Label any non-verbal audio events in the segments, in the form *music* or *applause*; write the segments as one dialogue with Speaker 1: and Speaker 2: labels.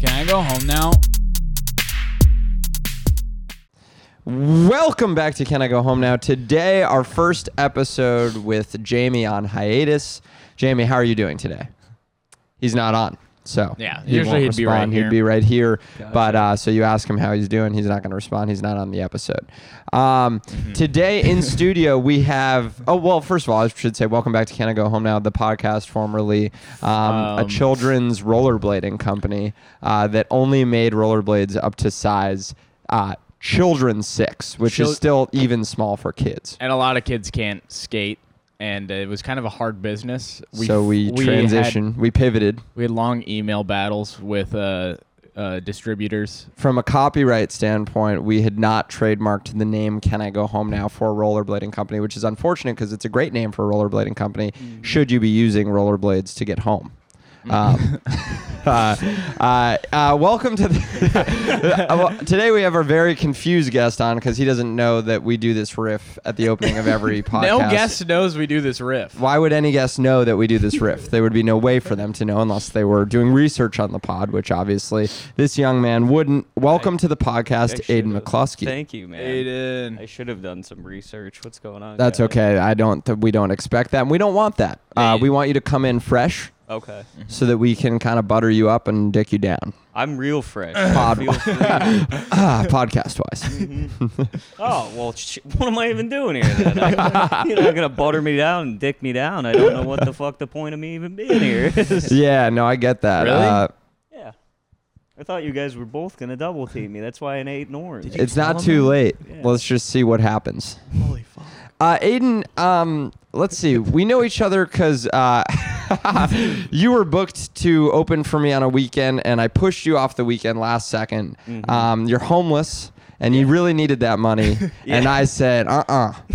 Speaker 1: Can I go home now?
Speaker 2: Welcome back to Can I Go Home Now? Today, our first episode with Jamie on hiatus. Jamie, how are you doing today? He's not on, so
Speaker 1: Yeah,
Speaker 2: he
Speaker 1: usually
Speaker 2: won't
Speaker 1: he'd be right
Speaker 2: respond.
Speaker 1: here.
Speaker 2: He'd be right here, but uh, so you ask him how he's doing. He's not going to respond. He's not on the episode. Um,
Speaker 1: Mm-hmm.
Speaker 2: Today
Speaker 1: *laughs*
Speaker 2: in studio we have. Oh well, first of all, I should say welcome back to Can I Go Home Now, the podcast formerly um, a
Speaker 1: Um,
Speaker 2: children's rollerblading company uh, that only made rollerblades up to size uh, children six, which
Speaker 1: Chil-
Speaker 2: is still even small for kids.
Speaker 1: And a lot of kids can't skate, and it was kind of a hard business.
Speaker 2: so we, transitioned, we pivoted
Speaker 1: Had, we had long email battles with uh, uh, distributors.
Speaker 2: from a copyright standpoint. We had not trademarked the name "Can I Go Home Now" for a rollerblading company, which is unfortunate because it's a great name for a rollerblading company.
Speaker 1: Mm.
Speaker 2: Should you be using rollerblades to get home?
Speaker 1: *laughs*
Speaker 2: Um, uh, uh, uh, welcome to the, *laughs* Uh, well, today we have our very confused guest on because he doesn't know that we do this riff at the opening of every podcast.
Speaker 1: *laughs* No guest knows we do this riff.
Speaker 2: Why would any guest know that we do this riff? There would be no way for them to know unless they were doing research on the pod, which obviously this young man wouldn't. Welcome to the podcast,
Speaker 3: I
Speaker 2: Aiden
Speaker 3: should've-
Speaker 2: McCluskey.
Speaker 3: Thank you, man. I
Speaker 1: Aiden.
Speaker 3: should have done some research. What's going on?
Speaker 2: That's
Speaker 3: guys?
Speaker 2: okay. I don't. Th- we don't expect that, and we don't want that. Uh,
Speaker 3: Yeah.
Speaker 2: we want you to come in fresh
Speaker 3: Okay.
Speaker 2: so that we can kind of butter you up and dick you down,
Speaker 3: I'm
Speaker 2: *laughs*
Speaker 3: real fresh.
Speaker 2: Pod-
Speaker 3: Feel free.
Speaker 2: ah, podcast wise.
Speaker 3: *laughs* oh, well, sh- what am I even doing here then? *laughs* I- You're not going to butter me down and dick me down. I don't know what the fuck the point of me even being here *laughs* is.
Speaker 2: yeah. No, I get that.
Speaker 1: Really?
Speaker 2: Uh,
Speaker 3: Yeah. I thought you guys were both going to double team me. That's why I ate an orange.
Speaker 2: it's not too late.
Speaker 3: Yeah.
Speaker 2: Let's just see what happens.
Speaker 3: Holy fuck.
Speaker 2: Uh, Aiden, um, let's see. We know each other because uh, *laughs* you were booked to open for me on a weekend, and I pushed you off the weekend last 2nd
Speaker 3: Mm-hmm.
Speaker 2: Um, you're homeless, and you really needed that money.
Speaker 3: *laughs*
Speaker 2: And I said, uh uh
Speaker 3: *laughs*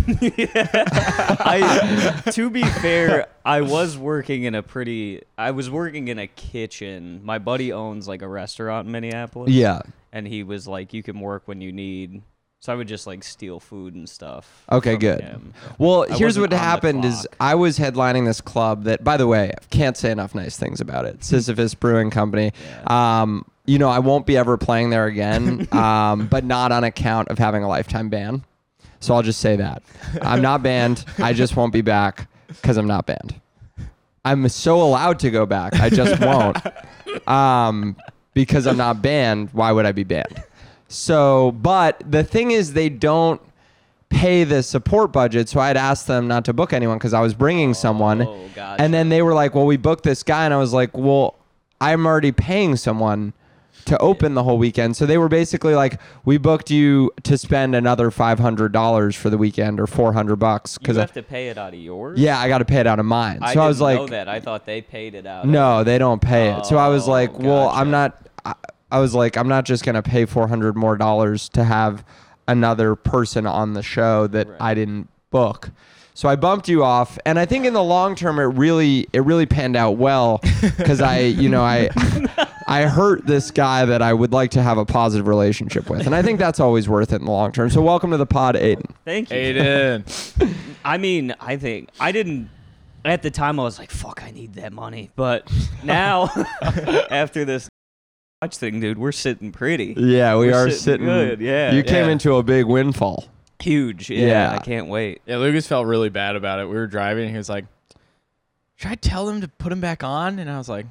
Speaker 3: I, to be fair, I was working in a pretty. I was working in a kitchen. My buddy owns like a restaurant in Minneapolis.
Speaker 2: Yeah.
Speaker 3: and he was like, "You can work when you need." So I would just like steal food and stuff.
Speaker 2: Okay,
Speaker 3: from
Speaker 2: good.
Speaker 3: him.
Speaker 2: Well,
Speaker 3: I
Speaker 2: here's what
Speaker 3: wasn't on the
Speaker 2: happened is
Speaker 3: clock.
Speaker 2: I was headlining this club that, by the way, can't say enough nice things about it. Sisyphus Brewing Company. Um, you know, I won't be ever playing there
Speaker 3: *laughs*
Speaker 2: again, um, but not on account of having a lifetime ban. So I'll just say that I'm not banned. I just won't be back because I'm not banned. I'm so allowed to go back. I
Speaker 3: *laughs*
Speaker 2: just won't. Um, because I'm not banned, why would I be banned? So, but the thing is, they don't pay the support budget. So I had asked them not to book anyone because I was bringing someone.
Speaker 3: Oh, gotcha.
Speaker 2: And then they were like, well, we booked this guy. And I was like, well, I'm already paying someone to open the whole weekend. So they were basically like, we booked you to spend another $500 for the weekend or 400 bucks.
Speaker 3: you
Speaker 2: Because
Speaker 3: have to pay it out of yours.
Speaker 2: yeah, I got to pay it out of mine. So
Speaker 3: I,
Speaker 2: I,
Speaker 3: didn't
Speaker 2: was like,
Speaker 3: know that. I thought they paid it out.
Speaker 2: no, they don't pay it. So I was
Speaker 3: Oh,
Speaker 2: like, well, I'm
Speaker 3: gotcha.
Speaker 2: not. I, I was like, I'm not just gonna pay 400 more dollars to have another person on the show that I didn't book. So I bumped you off, and I think in the long term, it really it really panned out
Speaker 3: *laughs*
Speaker 2: well because I, you know, I. I hurt this guy that I would like to have a positive relationship with. And I think that's always worth it in the long term. So, welcome to the pod, Aiden.
Speaker 3: Thank you.
Speaker 1: Aiden.
Speaker 3: I mean, I think I didn't. At the time, I was like, "Fuck, I need that money."
Speaker 2: *laughs*
Speaker 3: But now, *laughs* after this watch thing, dude, we're sitting pretty.
Speaker 2: Yeah, we
Speaker 3: We're
Speaker 2: are sitting.
Speaker 3: sitting good, yeah,
Speaker 2: You came
Speaker 1: yeah.
Speaker 2: into a big windfall.
Speaker 3: Huge. Yeah,
Speaker 2: Yeah.
Speaker 3: I can't wait.
Speaker 1: Yeah, Lucas felt really bad about it. We were driving, and he was like, "Should I tell him to put him back on?" And I was like,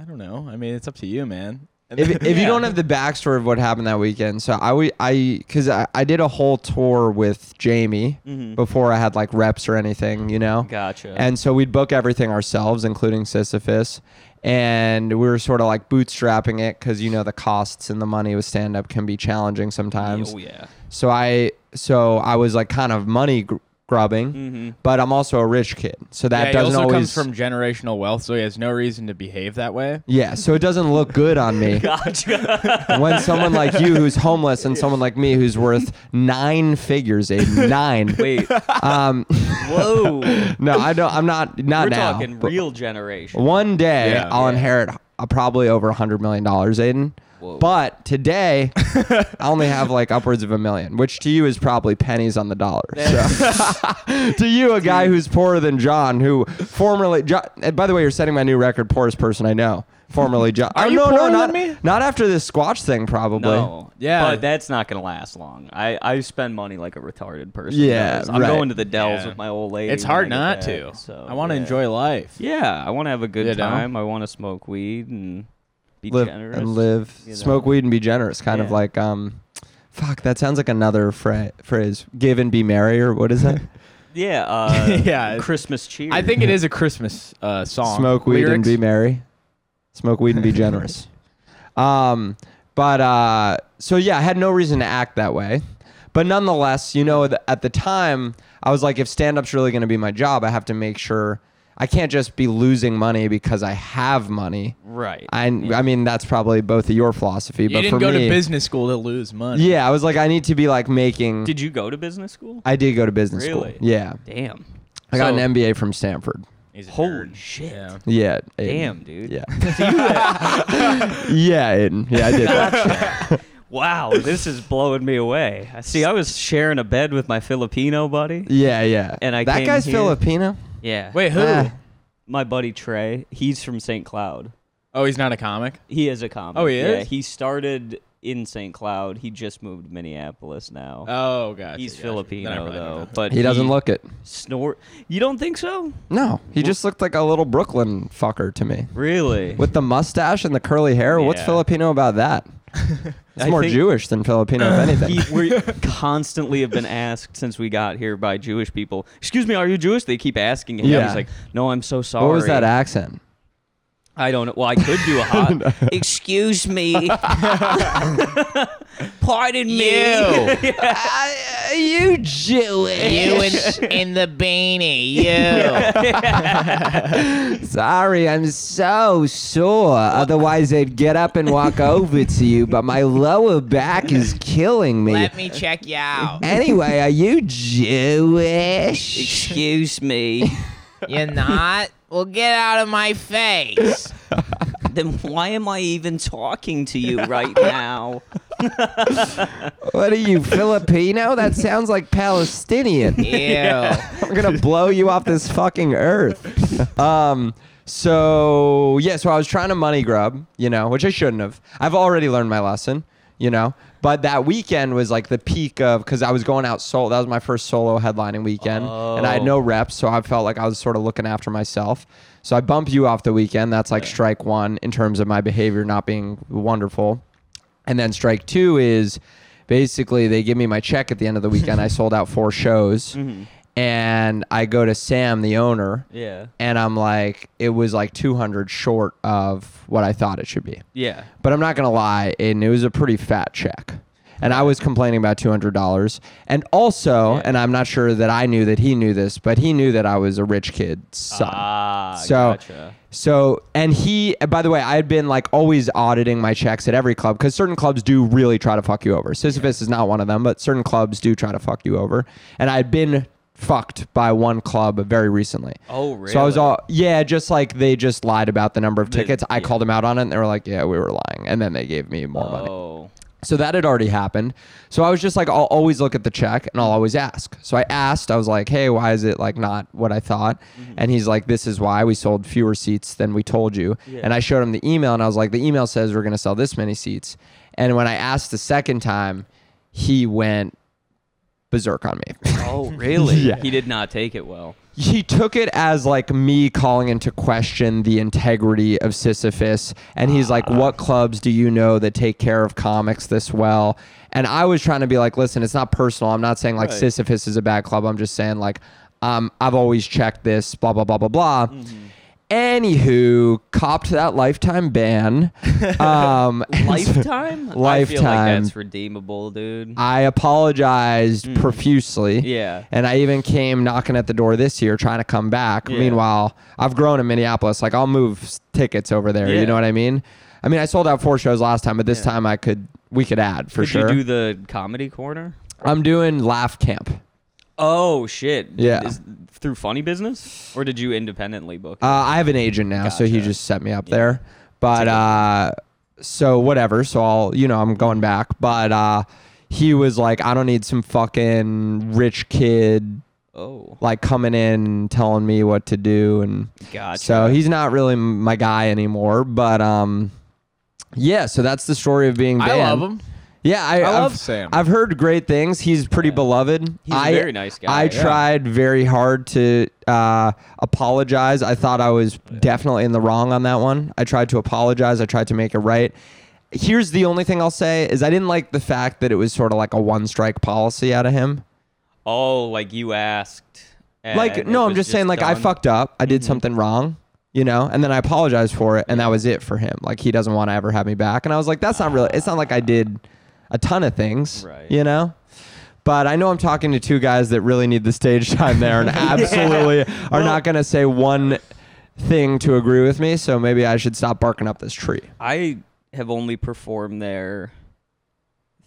Speaker 1: "I don't know. I mean, it's up to you, man." And
Speaker 2: if,
Speaker 1: then-
Speaker 2: *laughs* if you
Speaker 1: Yeah.
Speaker 2: don't have the backstory of what happened that weekend, so I we- I because I, I did a whole tour with Jamie
Speaker 1: Mm-hmm.
Speaker 2: before I had like reps or anything, you know.
Speaker 3: Gotcha.
Speaker 2: And so we'd book everything ourselves, including Sisyphus, and we were sort of like bootstrapping it because you know the costs and the money with stand up can be challenging sometimes.
Speaker 3: oh yeah. *laughs*
Speaker 2: So I so I was like kind of money gr- grubbing, but I'm also a rich kid, so
Speaker 1: Mm-hmm.
Speaker 2: that
Speaker 1: yeah,
Speaker 2: doesn't
Speaker 1: he also
Speaker 2: always
Speaker 1: comes from generational wealth, so he has no reason to behave that way.
Speaker 2: yeah. So it doesn't look good on me.
Speaker 3: Gotcha.
Speaker 2: when someone like you who's homeless and someone like me who's worth nine
Speaker 1: *laughs*
Speaker 2: figures, Aiden, nine.
Speaker 3: wait. *laughs*
Speaker 2: Um, *laughs*
Speaker 3: Whoa.
Speaker 2: no, I don't. I'm not. Not
Speaker 3: We're
Speaker 2: now.
Speaker 3: talking
Speaker 2: but
Speaker 3: real generation.
Speaker 2: One day
Speaker 1: Yeah.
Speaker 2: I'll inherit uh, probably over a hundred million dollars, Aiden.
Speaker 3: Whoa.
Speaker 1: *laughs*
Speaker 2: But today, I only have like upwards of a million, which to you is probably pennies on the dollar. So- *laughs* to you, a guy who's poorer than John, who formerly, John, and by the way, you're setting my new record, poorest person I know. formerly Josh.
Speaker 1: Are you
Speaker 2: no, no,
Speaker 1: poorer
Speaker 2: not
Speaker 1: than me?
Speaker 2: Not after this Squatch thing, probably.
Speaker 3: No.
Speaker 1: Yeah.
Speaker 3: But that's not going to last long. I, I spend money like a retarded person.
Speaker 2: Yeah,
Speaker 3: does. I'm
Speaker 2: right.
Speaker 3: going to the Dells
Speaker 1: Yeah.
Speaker 3: with my old lady.
Speaker 1: It's
Speaker 3: when
Speaker 1: hard
Speaker 3: I get
Speaker 1: not
Speaker 3: back,
Speaker 1: to.
Speaker 3: So,
Speaker 1: I want to
Speaker 3: yeah.
Speaker 1: enjoy life.
Speaker 3: Yeah, I want to have a good
Speaker 1: You know?
Speaker 3: time. I want to smoke weed and be
Speaker 2: Live
Speaker 3: generous
Speaker 2: and live,
Speaker 3: you know?
Speaker 2: smoke weed and be generous. Kind of
Speaker 3: Yeah.
Speaker 2: like um, fuck. That sounds like another fra- phrase. Give and be merry, or what is
Speaker 3: *laughs*
Speaker 2: that? *laughs*
Speaker 3: Yeah, uh,
Speaker 1: Yeah.
Speaker 3: Christmas cheer.
Speaker 1: I think it is a Christmas uh, song.
Speaker 2: Smoke weed and be merry. Smoke weed and
Speaker 3: *laughs*
Speaker 2: be generous. um, but uh, so yeah, I had no reason to act that way. But nonetheless, you know, th- at the time, I was like, if stand up's really going to be my job, I have to make sure I can't just be losing money because I have money.
Speaker 3: right.
Speaker 2: I, I mean, that's probably both of your philosophy,
Speaker 1: You
Speaker 2: but
Speaker 1: didn't
Speaker 2: for
Speaker 1: go
Speaker 2: me,
Speaker 1: to business school to lose money.
Speaker 2: yeah, I was like, I need to be like making.
Speaker 3: Did you go to business school?
Speaker 2: I did go to business
Speaker 3: Really?
Speaker 2: school. Yeah,
Speaker 3: Damn.
Speaker 2: I got
Speaker 1: So-
Speaker 2: an MBA from Stanford.
Speaker 1: He's a
Speaker 3: Holy
Speaker 1: nerd.
Speaker 3: shit.
Speaker 1: Yeah.
Speaker 2: Yeah. Aiden.
Speaker 3: Damn, dude. *laughs*
Speaker 2: Yeah. *laughs* yeah, Aiden. Yeah, I did. That.
Speaker 3: Wow, this is blowing me away. I See, I was sharing a bed with my Filipino buddy.
Speaker 2: Yeah, yeah.
Speaker 3: And I
Speaker 2: that
Speaker 3: came
Speaker 2: guy's
Speaker 3: here-
Speaker 2: Filipino.
Speaker 3: Yeah.
Speaker 1: Wait, who?
Speaker 2: Ah.
Speaker 3: my buddy Trey, he's from St. Cloud.
Speaker 1: Oh, he's not a comic.
Speaker 3: He is a comic.
Speaker 1: Oh, he
Speaker 3: Yeah,
Speaker 1: is?
Speaker 3: he started in St. Cloud. He just moved to Minneapolis now.
Speaker 1: Oh, gotcha.
Speaker 3: he's
Speaker 1: gotcha. Then I
Speaker 3: Filipino
Speaker 1: probably don't
Speaker 3: though,
Speaker 1: know.
Speaker 3: but
Speaker 2: He doesn't look it.
Speaker 3: snort. You don't think so?
Speaker 2: No, he just looked like a little Brooklyn fucker to me.
Speaker 3: Really?
Speaker 2: With the mustache and the curly hair, what's
Speaker 3: Yeah.
Speaker 2: Filipino about that? It's
Speaker 3: I
Speaker 2: more
Speaker 3: think-
Speaker 2: Jewish than Filipino, if anything.
Speaker 3: *laughs* He- we
Speaker 2: *laughs*
Speaker 3: constantly have been asked since we got here by Jewish people. Excuse me, are you Jewish? They keep asking him.
Speaker 2: Yeah.
Speaker 3: He's like, no, I'm so sorry.
Speaker 2: what was that accent?
Speaker 3: I don't know. Well, I could
Speaker 2: *laughs*
Speaker 3: do a hot. Excuse me. *laughs* Pardon me.
Speaker 2: Are you
Speaker 1: *laughs*
Speaker 2: Jewish?
Speaker 1: in the beanie, you.
Speaker 2: Sorry, I'm so sore. Otherwise, I'd get up and walk over to you, but my lower back is killing me.
Speaker 1: me *laughs* check you out.
Speaker 2: Anyway, are you Jewish?
Speaker 3: *laughs* Excuse me.
Speaker 1: You're not? Well, get out of my
Speaker 2: *laughs*
Speaker 1: face.
Speaker 3: then why am I even talking
Speaker 2: *laughs*
Speaker 3: to you right now?
Speaker 2: What are you, Filipino? That sounds like Palestinian.
Speaker 1: Ew.
Speaker 2: *laughs* I'm gonna blow you off this fucking earth. Um, so yeah, so I was trying to money grub, you know, which I shouldn't have. I've already learned my lesson, you know. But that weekend was like the peak of because I was going out solo. That was my first solo headlining weekend, and I had no reps, so I felt like I was sort of looking after myself. So I bump you off the weekend. That's like strike one in terms of my behavior not being wonderful. And then strike two is basically they give me my check at the end of the weekend. I sold out four shows. And I go to Sam, the owner,
Speaker 3: Yeah.
Speaker 2: and I'm like, it was like 200 short of what I thought it should be.
Speaker 3: Yeah.
Speaker 2: But I'm not going to lie, Aiden, it was a pretty fat check. And I was complaining about $200. And also, and I'm not sure that I knew that he knew this, but he knew that I was a rich kid's son.
Speaker 3: Ah,
Speaker 2: So,
Speaker 3: gotcha.
Speaker 2: so, and he, and by the way, I had been like always auditing my checks at every club because certain clubs do really try to fuck you over. Sisyphus is not one of them, but certain clubs do try to fuck you over. And I had been fucked by one club very recently.
Speaker 3: Oh,
Speaker 2: So I was
Speaker 3: really?
Speaker 2: all, yeah, just like they just lied about the number of tickets. I
Speaker 3: yeah.
Speaker 2: called them out on it and they were like, yeah, we were lying. And then they gave me more money.
Speaker 3: Oh.
Speaker 2: So that had already happened. So I was just like, I'll always look at the check and I'll always ask. So I asked, I was like, hey, why is it like not what I thought? And he's like, this is why we sold fewer seats than we told you. And I showed him the email and I was like, the email says we're going to sell this many seats. And when I asked the second time, he went berserk on me. *laughs*
Speaker 3: Oh, really?
Speaker 2: Yeah.
Speaker 3: He did not take it well.
Speaker 2: he took it as like me calling into question the integrity of Sisyphus. And he's like, What clubs do you know that take care of comics this well? And I was trying to be like, Listen, it's not personal. I'm not saying like
Speaker 3: Right.
Speaker 2: Sisyphus is a bad club. I'm just saying like, um, I've always checked this, blah, blah, blah, blah, blah. Anywho, copped that lifetime ban. Um, and so-
Speaker 3: Lifetime? I feel
Speaker 2: *laughs*
Speaker 3: like
Speaker 2: Lifetime. Uh,
Speaker 3: that's redeemable, dude.
Speaker 2: I apologized profusely.
Speaker 3: Mm. Yeah.
Speaker 2: And I even came knocking at the door this year trying to come back.
Speaker 3: Yeah.
Speaker 2: Meanwhile, I've grown in Minneapolis. Like, I'll move s- tickets over there.
Speaker 3: Yeah.
Speaker 2: You know what I mean? I mean, I sold out four shows last time, but this time I could, we could add for
Speaker 3: Did
Speaker 2: sure.
Speaker 3: you do the comedy corner?
Speaker 2: I'm doing Laugh Camp.
Speaker 3: Oh shit!
Speaker 2: Yeah.
Speaker 3: Is, through funny business, or did you independently book? it?
Speaker 2: Uh, I have an agent now, so he
Speaker 3: Gotcha.
Speaker 2: just set me up there. But uh, so whatever. So I'll, you know, I'm going back. But uh, he was like, I don't need some fucking rich kid
Speaker 3: Oh,
Speaker 2: like coming in telling me what to do and
Speaker 3: gotcha.
Speaker 2: so he's not really m- my guy anymore but um yeah so that's the story of being banned
Speaker 1: I love him.
Speaker 2: yeah i,
Speaker 1: I
Speaker 2: I've-
Speaker 1: love Sam.
Speaker 2: i've heard great things he's pretty beloved
Speaker 3: He's a
Speaker 2: I-
Speaker 3: very nice guy,
Speaker 2: i
Speaker 3: yeah.
Speaker 2: tried very hard to uh, apologize i thought i was definitely in the wrong on that one i tried to apologize i tried to make it right here's the only thing i'll say is i didn't like the fact that it was sort of like a one strike policy out of him
Speaker 3: oh, like you asked. and
Speaker 2: like
Speaker 3: it
Speaker 2: no i'm
Speaker 3: was
Speaker 2: just, saying like i
Speaker 3: done? Mm-hmm.
Speaker 2: fucked up i did something wrong you know and then i apologized for it and that was it for him like he doesn't want to ever have me back and i was like that's not really it's not like i did a ton of things
Speaker 3: Ah. Right.
Speaker 2: you know but i know i'm talking to two guys that really need the stage time there and
Speaker 3: *laughs*
Speaker 2: absolutely are not going to say one thing to agree with me so maybe i should stop barking up this tree
Speaker 3: I have only performed there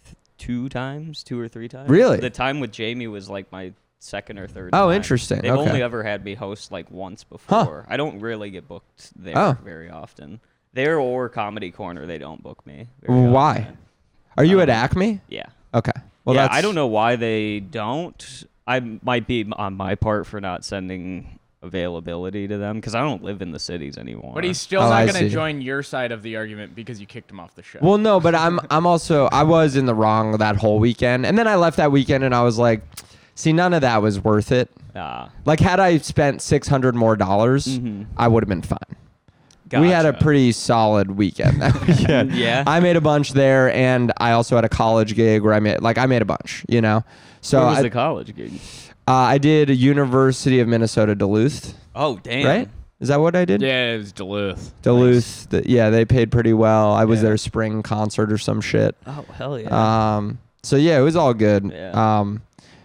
Speaker 3: th- two times, two or three times.
Speaker 2: Really?
Speaker 3: The time with Jamie was like my second or third.
Speaker 2: Oh,
Speaker 3: time.
Speaker 2: interesting.
Speaker 3: They've
Speaker 2: Okay.
Speaker 3: only ever had me host like once
Speaker 2: Huh.
Speaker 3: before. I don't really get booked there
Speaker 2: Oh.
Speaker 3: very often. There or Comedy Corner, they don't book me. very
Speaker 2: why
Speaker 3: often.
Speaker 2: are you at
Speaker 3: Um,
Speaker 2: acme
Speaker 3: Yeah.
Speaker 2: okay well
Speaker 3: yeah,
Speaker 2: that's
Speaker 3: I don't know why they don't. I might be on my part for not sending availability to them because I don't live in the cities anymore.
Speaker 1: But he's still
Speaker 2: Oh, I
Speaker 1: not going to
Speaker 2: see.
Speaker 1: join your side of the argument because you kicked him off the show.
Speaker 2: Well, no, but I'm I'm also I was in the wrong that whole weekend, and then I left that weekend, and I was like, see, none of that was worth it.
Speaker 3: Ah,
Speaker 2: Like, had I spent six hundred more dollars,
Speaker 3: Mhm.
Speaker 2: I would have been fine. We had a
Speaker 3: gotcha.
Speaker 2: pretty solid
Speaker 3: *laughs*
Speaker 2: weekend *laughs* that weekend.
Speaker 3: Yeah.
Speaker 2: I made a bunch there, and I also had a college gig where I made like I made a bunch, you know. So
Speaker 3: Where was
Speaker 2: I,
Speaker 3: the college gig?
Speaker 2: uh, I did University of Minnesota Duluth,
Speaker 3: Oh damn!
Speaker 2: right? Is that what I did?
Speaker 1: yeah, it was Duluth.
Speaker 2: Duluth, th- yeah, they paid pretty well. I was
Speaker 3: Yeah.
Speaker 2: their spring concert or some shit.
Speaker 3: Oh hell yeah!
Speaker 2: Um, so yeah, it was all good.
Speaker 3: Yeah.
Speaker 2: Um,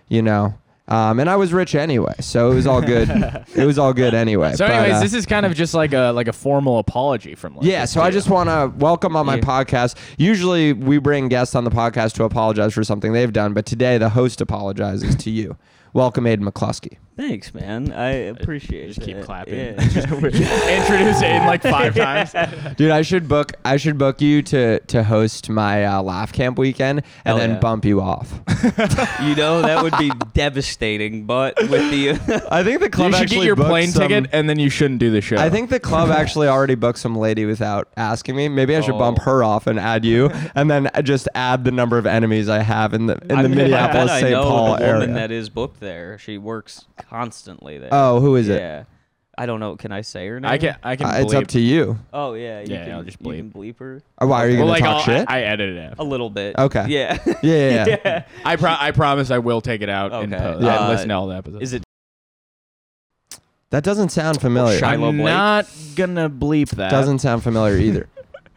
Speaker 2: you know, um, and I was rich anyway, so it was all
Speaker 3: *laughs*
Speaker 2: good. it was all good anyway.
Speaker 1: So,
Speaker 2: But,
Speaker 1: anyways,
Speaker 2: uh,
Speaker 1: this is kind of just like a like a formal apology from. Like
Speaker 2: yeah, so I just want to welcome on my
Speaker 3: Yeah.
Speaker 2: podcast. Usually, we bring guests on the podcast to apologize for something they've done, but today the host apologizes to you. Welcome, Aiden McCluskey.
Speaker 3: Thanks, man. I appreciate
Speaker 1: just keep
Speaker 3: it.
Speaker 1: clapping.
Speaker 3: *laughs* Yeah.
Speaker 1: Introduce Aiden like five times.
Speaker 2: Dude, I should book. I should book you to to host my uh, laugh camp weekend, and
Speaker 3: Hell
Speaker 2: then
Speaker 3: yeah.
Speaker 2: bump you off.
Speaker 3: *laughs* you know that would
Speaker 2: *laughs*
Speaker 3: be devastating, but with the
Speaker 2: I think the
Speaker 1: you should get your plane ticket, and then you shouldn't do the show.
Speaker 2: I think the club actually already booked some lady without asking me. Maybe I should bump
Speaker 3: Oh.
Speaker 2: her off and add you, and then just add the number of enemies I have in the in
Speaker 3: I
Speaker 2: the
Speaker 3: mean, I bet
Speaker 2: Minneapolis
Speaker 3: I
Speaker 2: St.
Speaker 3: know
Speaker 2: Paul
Speaker 3: the woman
Speaker 2: area.
Speaker 3: that is booked there. She works constantly there.
Speaker 2: oh, who is it?
Speaker 3: Yeah. I don't know. Can I say her name?
Speaker 1: I can. I can.
Speaker 2: Uh, it's up
Speaker 1: bleep.
Speaker 2: to you.
Speaker 3: Oh yeah. You
Speaker 1: Yeah,
Speaker 3: can,
Speaker 1: I'll just
Speaker 3: you
Speaker 1: bleep.
Speaker 3: can bleep her
Speaker 2: Uh, Why are you
Speaker 1: Well,
Speaker 2: gonna
Speaker 1: like
Speaker 2: talk
Speaker 1: I'll,
Speaker 2: shit?
Speaker 1: I, I edited it.
Speaker 3: a little bit.
Speaker 2: Okay.
Speaker 3: Yeah.
Speaker 2: yeah,
Speaker 3: *laughs*
Speaker 2: yeah, yeah.
Speaker 1: I pro- I promise I will take it out and
Speaker 3: Okay.
Speaker 1: post.
Speaker 2: Yeah.
Speaker 1: I
Speaker 3: Uh,
Speaker 1: listen to all the episodes.
Speaker 3: Is it?
Speaker 2: That doesn't sound familiar.
Speaker 3: Shiloh
Speaker 1: I'm
Speaker 3: Blake?
Speaker 1: not gonna bleep that.
Speaker 2: Doesn't sound
Speaker 1: *laughs*
Speaker 2: familiar either.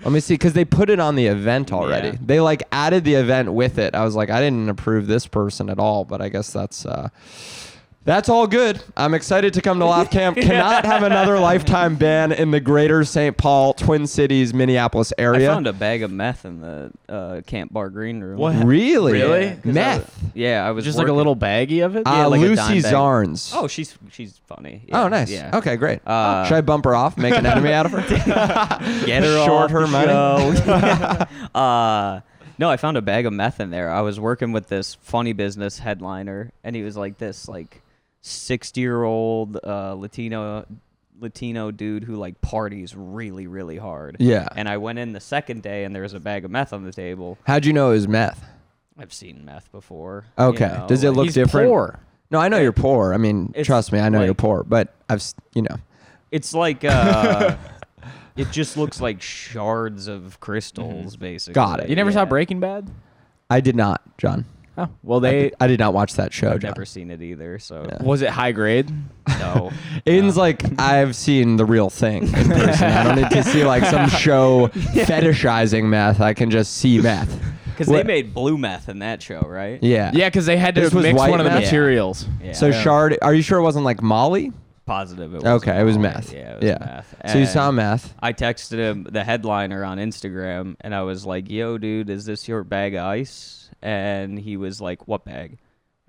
Speaker 2: Let me see, because they put it on the event already.
Speaker 3: Yeah.
Speaker 2: They like added the event with it. I was like, I didn't approve this person at all, but I guess that's uh, that's all good. I'm excited to come to Laugh
Speaker 3: *laughs*
Speaker 2: Camp. Cannot have another lifetime ban in the greater St. Paul, Twin Cities, Minneapolis
Speaker 3: I
Speaker 2: area.
Speaker 3: found a *laughs* bag of meth in the uh, camp bar green room.
Speaker 1: What?
Speaker 2: really,
Speaker 1: Really?
Speaker 3: Yeah, 'cause I was-
Speaker 2: meth.
Speaker 3: Yeah, I was
Speaker 1: just like a
Speaker 3: working-
Speaker 1: little baggie of it.
Speaker 2: Uh,
Speaker 3: yeah, like a
Speaker 2: Lucy
Speaker 3: dime bag.
Speaker 2: Zarns.
Speaker 3: Oh, she's she's funny.
Speaker 2: Oh,
Speaker 3: Yeah,
Speaker 2: nice.
Speaker 3: Yeah.
Speaker 2: Okay, great.
Speaker 3: Uh,
Speaker 2: Should I bump her off?
Speaker 3: *laughs*
Speaker 2: Make an enemy out of her?
Speaker 3: Get her
Speaker 2: Short
Speaker 3: off
Speaker 2: her
Speaker 3: the
Speaker 2: money. *laughs*
Speaker 3: show. *laughs* uh, no, I found a bag of meth in there. I was working with this funny business headliner, and he was like this like sixty year old uh, Latino Latino dude who like parties really really hard.
Speaker 2: Yeah.
Speaker 3: And I went in the second day, and there was a bag of meth on the table.
Speaker 2: How'd you know it was meth?
Speaker 3: I've seen meth before. you
Speaker 2: Okay.
Speaker 3: know,
Speaker 2: Does it
Speaker 3: like-
Speaker 2: look
Speaker 1: He's
Speaker 2: different?
Speaker 1: poor.
Speaker 2: No, I know you're poor. I mean,
Speaker 3: It's
Speaker 2: trust me, I know you're
Speaker 3: like-
Speaker 2: poor, but I've, s- you know,
Speaker 3: It's like
Speaker 2: *laughs*
Speaker 3: uh, it just looks like shards of crystals, basically.
Speaker 2: Mm-hmm. Got it.
Speaker 1: You never
Speaker 3: Yeah.
Speaker 1: saw Breaking Bad?
Speaker 2: I did not, John.
Speaker 1: Oh, well,
Speaker 2: I
Speaker 1: they
Speaker 2: did, I did not watch that show,
Speaker 3: I've
Speaker 2: John.
Speaker 3: never seen it either, so
Speaker 1: was it high grade?
Speaker 3: *laughs* no.
Speaker 2: *laughs*
Speaker 3: um,
Speaker 2: Aiden's
Speaker 3: *laughs*
Speaker 2: like, I've seen the real thing in person. I don't need to see like
Speaker 3: *laughs*
Speaker 2: some show fetishizing meth. I can just see meth.
Speaker 3: Because they
Speaker 2: What-
Speaker 3: made blue meth in that show, right?
Speaker 2: Yeah.
Speaker 1: Yeah, because they had to
Speaker 2: This was
Speaker 1: mix
Speaker 2: white
Speaker 1: one of the
Speaker 2: meth?
Speaker 1: materials.
Speaker 3: Yeah.
Speaker 2: So shard, are you sure it wasn't like Molly?
Speaker 3: positive. It was
Speaker 2: Okay, it was
Speaker 3: Molly.
Speaker 2: meth.
Speaker 3: Yeah, it was meth.
Speaker 2: So you
Speaker 3: And
Speaker 2: saw meth.
Speaker 3: I texted him the headliner on Instagram, and I was like, "Yo, dude, is this your bag of ice?" And he was like, "What bag?"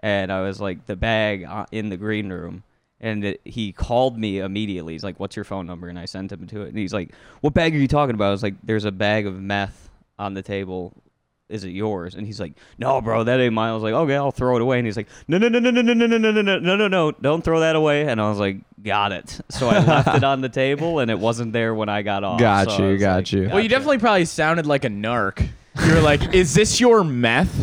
Speaker 3: And I was like, "The bag uh, in the green room." And it, he called me immediately. He's like, "What's your phone number?" And I sent him to it, and he's like, "What bag are you talking about?" I was like, "There's a bag of meth on the table. is it yours? And he's like, no, bro, that ain't mine. I was like, okay, I'll throw it away. And he's like, no, no, no, no, no, no, no, no, no, no, no, no, no, no, don't throw that away. And I was like, got it. So I left it on the table, and it wasn't there when I got off.
Speaker 2: Got
Speaker 3: So I
Speaker 2: you,
Speaker 3: was
Speaker 2: got
Speaker 3: like,
Speaker 2: you.
Speaker 1: Well, you
Speaker 3: gotcha.
Speaker 1: definitely probably sounded like a narc. You were like, "Is this your
Speaker 3: *laughs*
Speaker 1: meth?"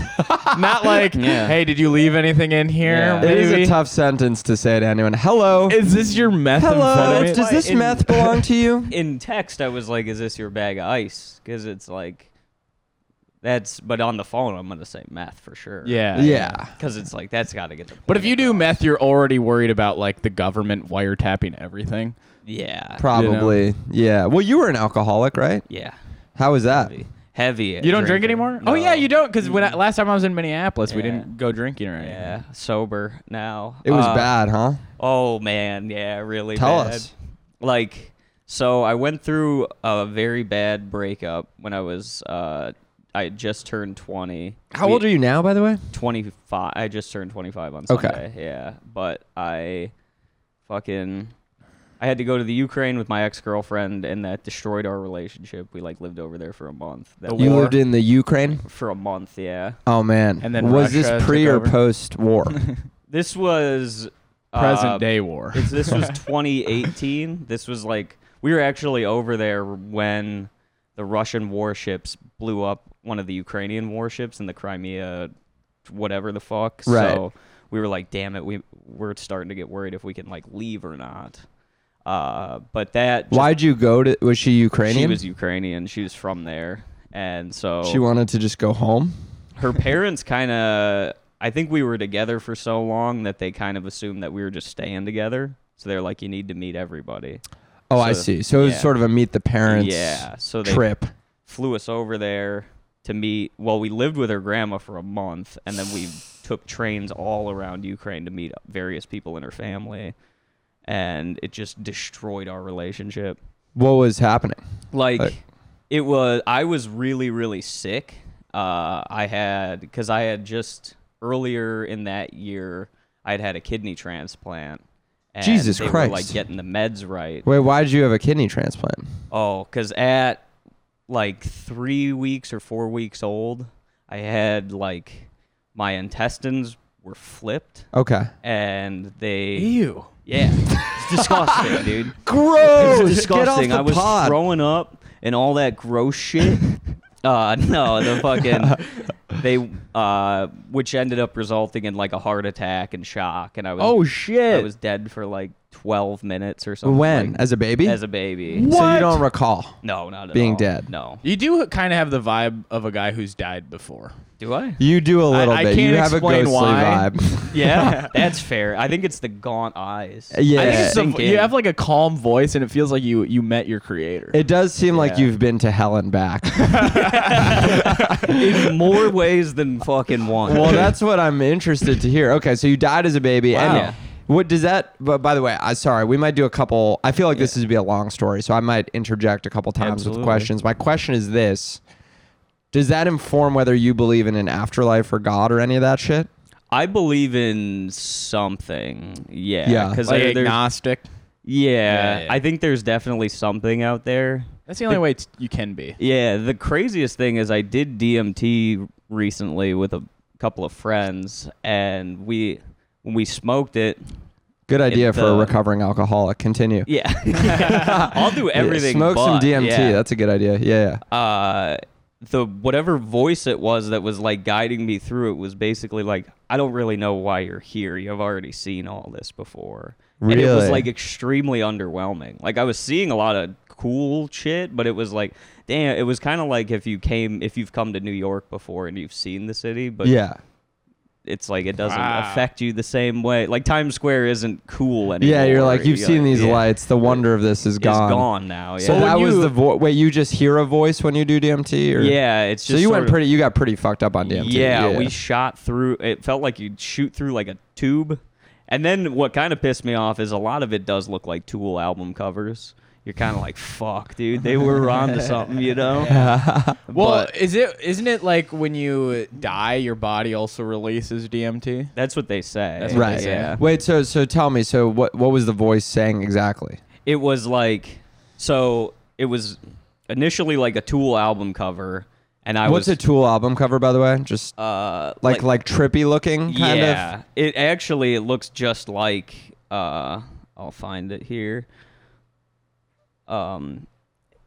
Speaker 1: Not like,
Speaker 3: Yeah.
Speaker 1: "Hey, did you leave anything in here?"
Speaker 3: Yeah.
Speaker 2: It is
Speaker 1: maybe?
Speaker 2: a tough sentence to say to anyone. Hello.
Speaker 1: Is this your meth?
Speaker 2: Hello.
Speaker 1: amphetamine?
Speaker 2: Does this
Speaker 3: in-
Speaker 2: meth belong to you?
Speaker 3: *laughs* in text, I was like, "Is this your bag of ice?" Because it's like, that's. But on the phone, I'm gonna say meth for sure.
Speaker 1: Yeah.
Speaker 2: Yeah.
Speaker 3: Because it's like that's got to get the.
Speaker 1: But if
Speaker 3: point
Speaker 1: you do
Speaker 3: across.
Speaker 1: meth, you're already worried about like the government wiretapping everything.
Speaker 3: yeah,
Speaker 2: Probably. Yeah. Well, you were an alcoholic, right?
Speaker 3: yeah,
Speaker 2: How was that?
Speaker 3: heavy, heavy. at
Speaker 1: You don't drink
Speaker 3: drinking.
Speaker 1: anymore? Oh yeah,
Speaker 3: No. Mm.
Speaker 1: you don't. Because when I, last time I was in Minneapolis, we
Speaker 3: Yeah.
Speaker 1: didn't go drinking or anything.
Speaker 3: Yeah, sober now.
Speaker 2: It was
Speaker 3: Uh,
Speaker 2: bad, huh?
Speaker 3: Oh man, yeah, really.
Speaker 2: Tell
Speaker 3: bad.
Speaker 2: us.
Speaker 3: Like, so I went through a very bad breakup when I was. uh I had just turned twenty.
Speaker 2: How old are you now, by the way?
Speaker 3: 25 i just turned 25 on
Speaker 2: Okay.
Speaker 3: sunday yeah but i fucking i had to go to the ukraine with my ex-girlfriend and that destroyed our relationship we like lived over there for a month that
Speaker 1: The
Speaker 2: You
Speaker 1: War.
Speaker 2: lived in the Ukraine.
Speaker 3: for a month yeah
Speaker 2: Oh man.
Speaker 1: And then
Speaker 2: was
Speaker 1: Russia
Speaker 2: this pre
Speaker 1: took
Speaker 2: or
Speaker 1: over.
Speaker 2: post
Speaker 3: *laughs*
Speaker 2: war?
Speaker 3: this was
Speaker 1: Present
Speaker 3: uh,
Speaker 1: day war.
Speaker 3: it's, this
Speaker 2: *laughs*
Speaker 3: was 2018 this was like we were actually over there when the russian warships blew up one of the ukrainian warships in the crimea whatever the fuck
Speaker 2: Right.
Speaker 3: so we were like damn it we we're starting to get worried if we can like leave or not uh but that just-
Speaker 2: Why'd you go to? Was she Ukrainian?
Speaker 3: she was ukrainian she was from there and so
Speaker 2: She wanted to just go home.
Speaker 3: her parents kind of i think we were together for so long that they kind of assumed that we were just staying together so they're like you need to meet everybody
Speaker 2: Oh, I
Speaker 3: So-
Speaker 2: see. So it was
Speaker 3: yeah.
Speaker 2: sort of a meet the parents
Speaker 3: yeah so they
Speaker 2: trip.
Speaker 3: flew us over there to meet well we lived with her grandma for a month and then we took trains all around ukraine to meet various people in her family and it just destroyed our relationship
Speaker 2: What was happening?
Speaker 3: like
Speaker 2: Like-
Speaker 3: it was i was really really sick uh i had because i had just earlier in that year i'd had a kidney transplant and
Speaker 2: Jesus
Speaker 3: they were, like
Speaker 2: Christ.
Speaker 3: getting the meds right
Speaker 2: Wait, why did you have a kidney transplant?
Speaker 3: oh because at like three weeks or four weeks old i had like my intestines were flipped
Speaker 2: Okay.
Speaker 3: and they
Speaker 1: Ew.
Speaker 3: yeah
Speaker 2: *laughs*
Speaker 3: it's disgusting dude
Speaker 2: Gross.
Speaker 3: it was disgusting. I was throwing up and all that gross shit. uh, *laughs* no,
Speaker 2: *laughs*
Speaker 3: the fucking they, uh, which ended up resulting in like a heart attack and shock, and I was
Speaker 1: Oh
Speaker 3: I
Speaker 1: shit.
Speaker 3: was dead for like twelve minutes or something.
Speaker 2: when?
Speaker 3: like,
Speaker 2: as a baby?
Speaker 3: as a baby?
Speaker 2: So
Speaker 1: What?
Speaker 2: you don't recall.
Speaker 3: No, not at
Speaker 2: Being
Speaker 3: all.
Speaker 2: dead.
Speaker 3: No,
Speaker 1: you do kind of have the vibe of a guy who's died before.
Speaker 3: do I?
Speaker 2: *laughs* You do a little
Speaker 1: I
Speaker 2: bit.
Speaker 1: can't
Speaker 2: you have a
Speaker 1: explain
Speaker 2: ghostly
Speaker 1: why.
Speaker 2: vibe. *laughs*
Speaker 3: Yeah, that's fair. I think it's the gaunt eyes.
Speaker 2: Yeah.
Speaker 1: I think it's the-
Speaker 3: Sink
Speaker 1: you
Speaker 3: in.
Speaker 1: have like a calm voice, and it feels like you you met your creator.
Speaker 2: it does seem like
Speaker 3: Yeah.
Speaker 2: you've been to hell and
Speaker 3: *laughs*
Speaker 2: back.
Speaker 3: in more ways than fucking one.
Speaker 2: well, that's what I'm interested to hear. Okay, so you died as a baby. And
Speaker 3: Wow.
Speaker 2: what does that? But by the way, I sorry, we might do a couple. I feel like this would be a long story, so I might interject a couple times
Speaker 3: Absolutely.
Speaker 2: with questions. My question is this: Does that inform whether you believe in an afterlife or God or any of that shit?
Speaker 3: *laughs* I believe in something. Yeah,
Speaker 2: Yeah.
Speaker 3: Because
Speaker 1: like
Speaker 3: there, there's-
Speaker 1: agnostic.
Speaker 3: Yeah,
Speaker 1: Yeah, yeah.
Speaker 3: I think there's definitely something out there.
Speaker 1: That's the only way t- you can be.
Speaker 3: Yeah, the craziest thing is I did DMT recently with a couple of friends, and we when we smoked it.
Speaker 2: Good idea for a
Speaker 3: the-
Speaker 2: recovering alcoholic. Continue.
Speaker 3: uh, Yeah, *laughs* I'll do
Speaker 2: Yeah,
Speaker 3: everything.
Speaker 2: smoke some
Speaker 3: but,
Speaker 2: DMT.
Speaker 3: yeah.
Speaker 2: That's a good idea. Yeah, yeah.
Speaker 3: uh, the whatever voice it was that was like guiding me through it was basically like, I don't really know why you're here. You've already seen all this before. And it was
Speaker 2: Really?
Speaker 3: like extremely underwhelming. Like I was seeing a lot of cool shit, but it was like, damn, it was kind of like if you came, if you've come to New York before and you've seen the city, but
Speaker 2: yeah.
Speaker 3: it's like it doesn't
Speaker 1: Wow.
Speaker 3: affect you the same way. Like Times Square isn't cool anymore.
Speaker 2: Yeah, you're like you've seen these
Speaker 3: yeah,
Speaker 2: lights. The wonder of this is
Speaker 3: It's
Speaker 2: gone.
Speaker 3: gone. now. Oh, Yeah.
Speaker 2: So
Speaker 1: Well,
Speaker 2: that
Speaker 1: when
Speaker 2: was
Speaker 1: you-
Speaker 2: the voice. Wait, you just hear a voice when you do DMT, or
Speaker 3: yeah, it's
Speaker 2: So
Speaker 3: just
Speaker 2: you
Speaker 3: sort
Speaker 2: went
Speaker 3: of-
Speaker 2: pretty. You got pretty fucked up on DMT.
Speaker 3: Yeah, we shot through. It felt like you'd shoot through like a tube. And then what kind of pissed me off is a lot of it does look like Tool album covers. You're kind of like, fuck, dude, they were onto something, you know? *laughs*
Speaker 1: Well, is it isn't it like when you die, your body also releases DMT?
Speaker 3: That's what they say.
Speaker 1: That's what they
Speaker 2: Right.
Speaker 1: say.
Speaker 3: Yeah.
Speaker 2: Wait. So so tell me. So what what was the voice saying exactly?
Speaker 3: It was like, so it was initially like a Tool album cover. And and I
Speaker 2: What's
Speaker 3: was
Speaker 2: a Tool album cover, by the way? Just
Speaker 3: uh
Speaker 2: like like, trippy looking kind
Speaker 3: yeah.
Speaker 2: of.
Speaker 3: It actually it looks just like uh I'll find it here. Um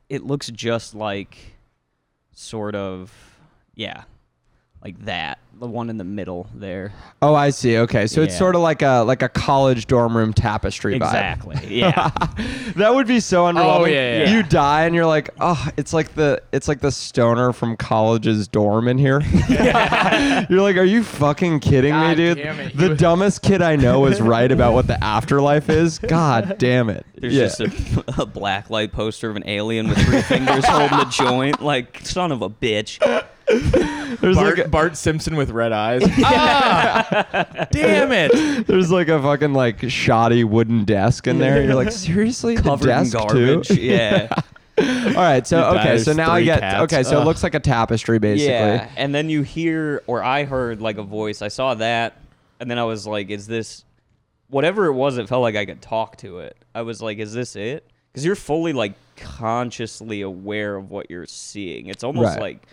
Speaker 3: it looks just like sort of yeah. Like that. The one in the middle there.
Speaker 2: Oh, I see. Okay, so it's
Speaker 3: Yeah.
Speaker 2: sort of like a like a college dorm room tapestry vibe.
Speaker 3: Exactly.
Speaker 2: *laughs*
Speaker 3: Yeah.
Speaker 2: That would be so underwhelming.
Speaker 1: Oh, yeah, yeah.
Speaker 2: You die and you're like, oh, it's like the it's like the stoner from college's dorm
Speaker 1: *laughs*
Speaker 2: in here. you're like, are you fucking kidding me,
Speaker 1: God
Speaker 2: dude?
Speaker 1: damn it.
Speaker 2: The dumbest kid I know
Speaker 1: *laughs*
Speaker 2: is right about what the afterlife is. God damn it.
Speaker 3: *laughs* There's
Speaker 2: Yeah.
Speaker 3: just a, a black light poster of an alien with three fingers holding a joint. Like, son of a bitch.
Speaker 2: *laughs* there's
Speaker 1: Bart,
Speaker 2: like a,
Speaker 1: Bart Simpson with red eyes. ah, damn it!
Speaker 2: there's like a fucking like shoddy wooden desk in there.
Speaker 3: *laughs*
Speaker 2: You're like, seriously, *laughs*
Speaker 3: Covered
Speaker 2: the desk
Speaker 3: in
Speaker 2: too? *laughs*
Speaker 3: garbage. Yeah.
Speaker 2: All right, so
Speaker 1: You die,
Speaker 2: okay, so
Speaker 1: there's
Speaker 2: now I
Speaker 1: three
Speaker 2: get
Speaker 1: cats.
Speaker 2: okay, so it
Speaker 1: Ugh.
Speaker 2: looks like a tapestry basically.
Speaker 3: Yeah. And then you hear, or I heard, like a voice. I saw that. And then I was like, is this. Whatever it was, it felt like I could talk to it. I was like, is this it? Because you're fully, like, consciously aware of what you're seeing. It's almost
Speaker 2: Right.
Speaker 3: like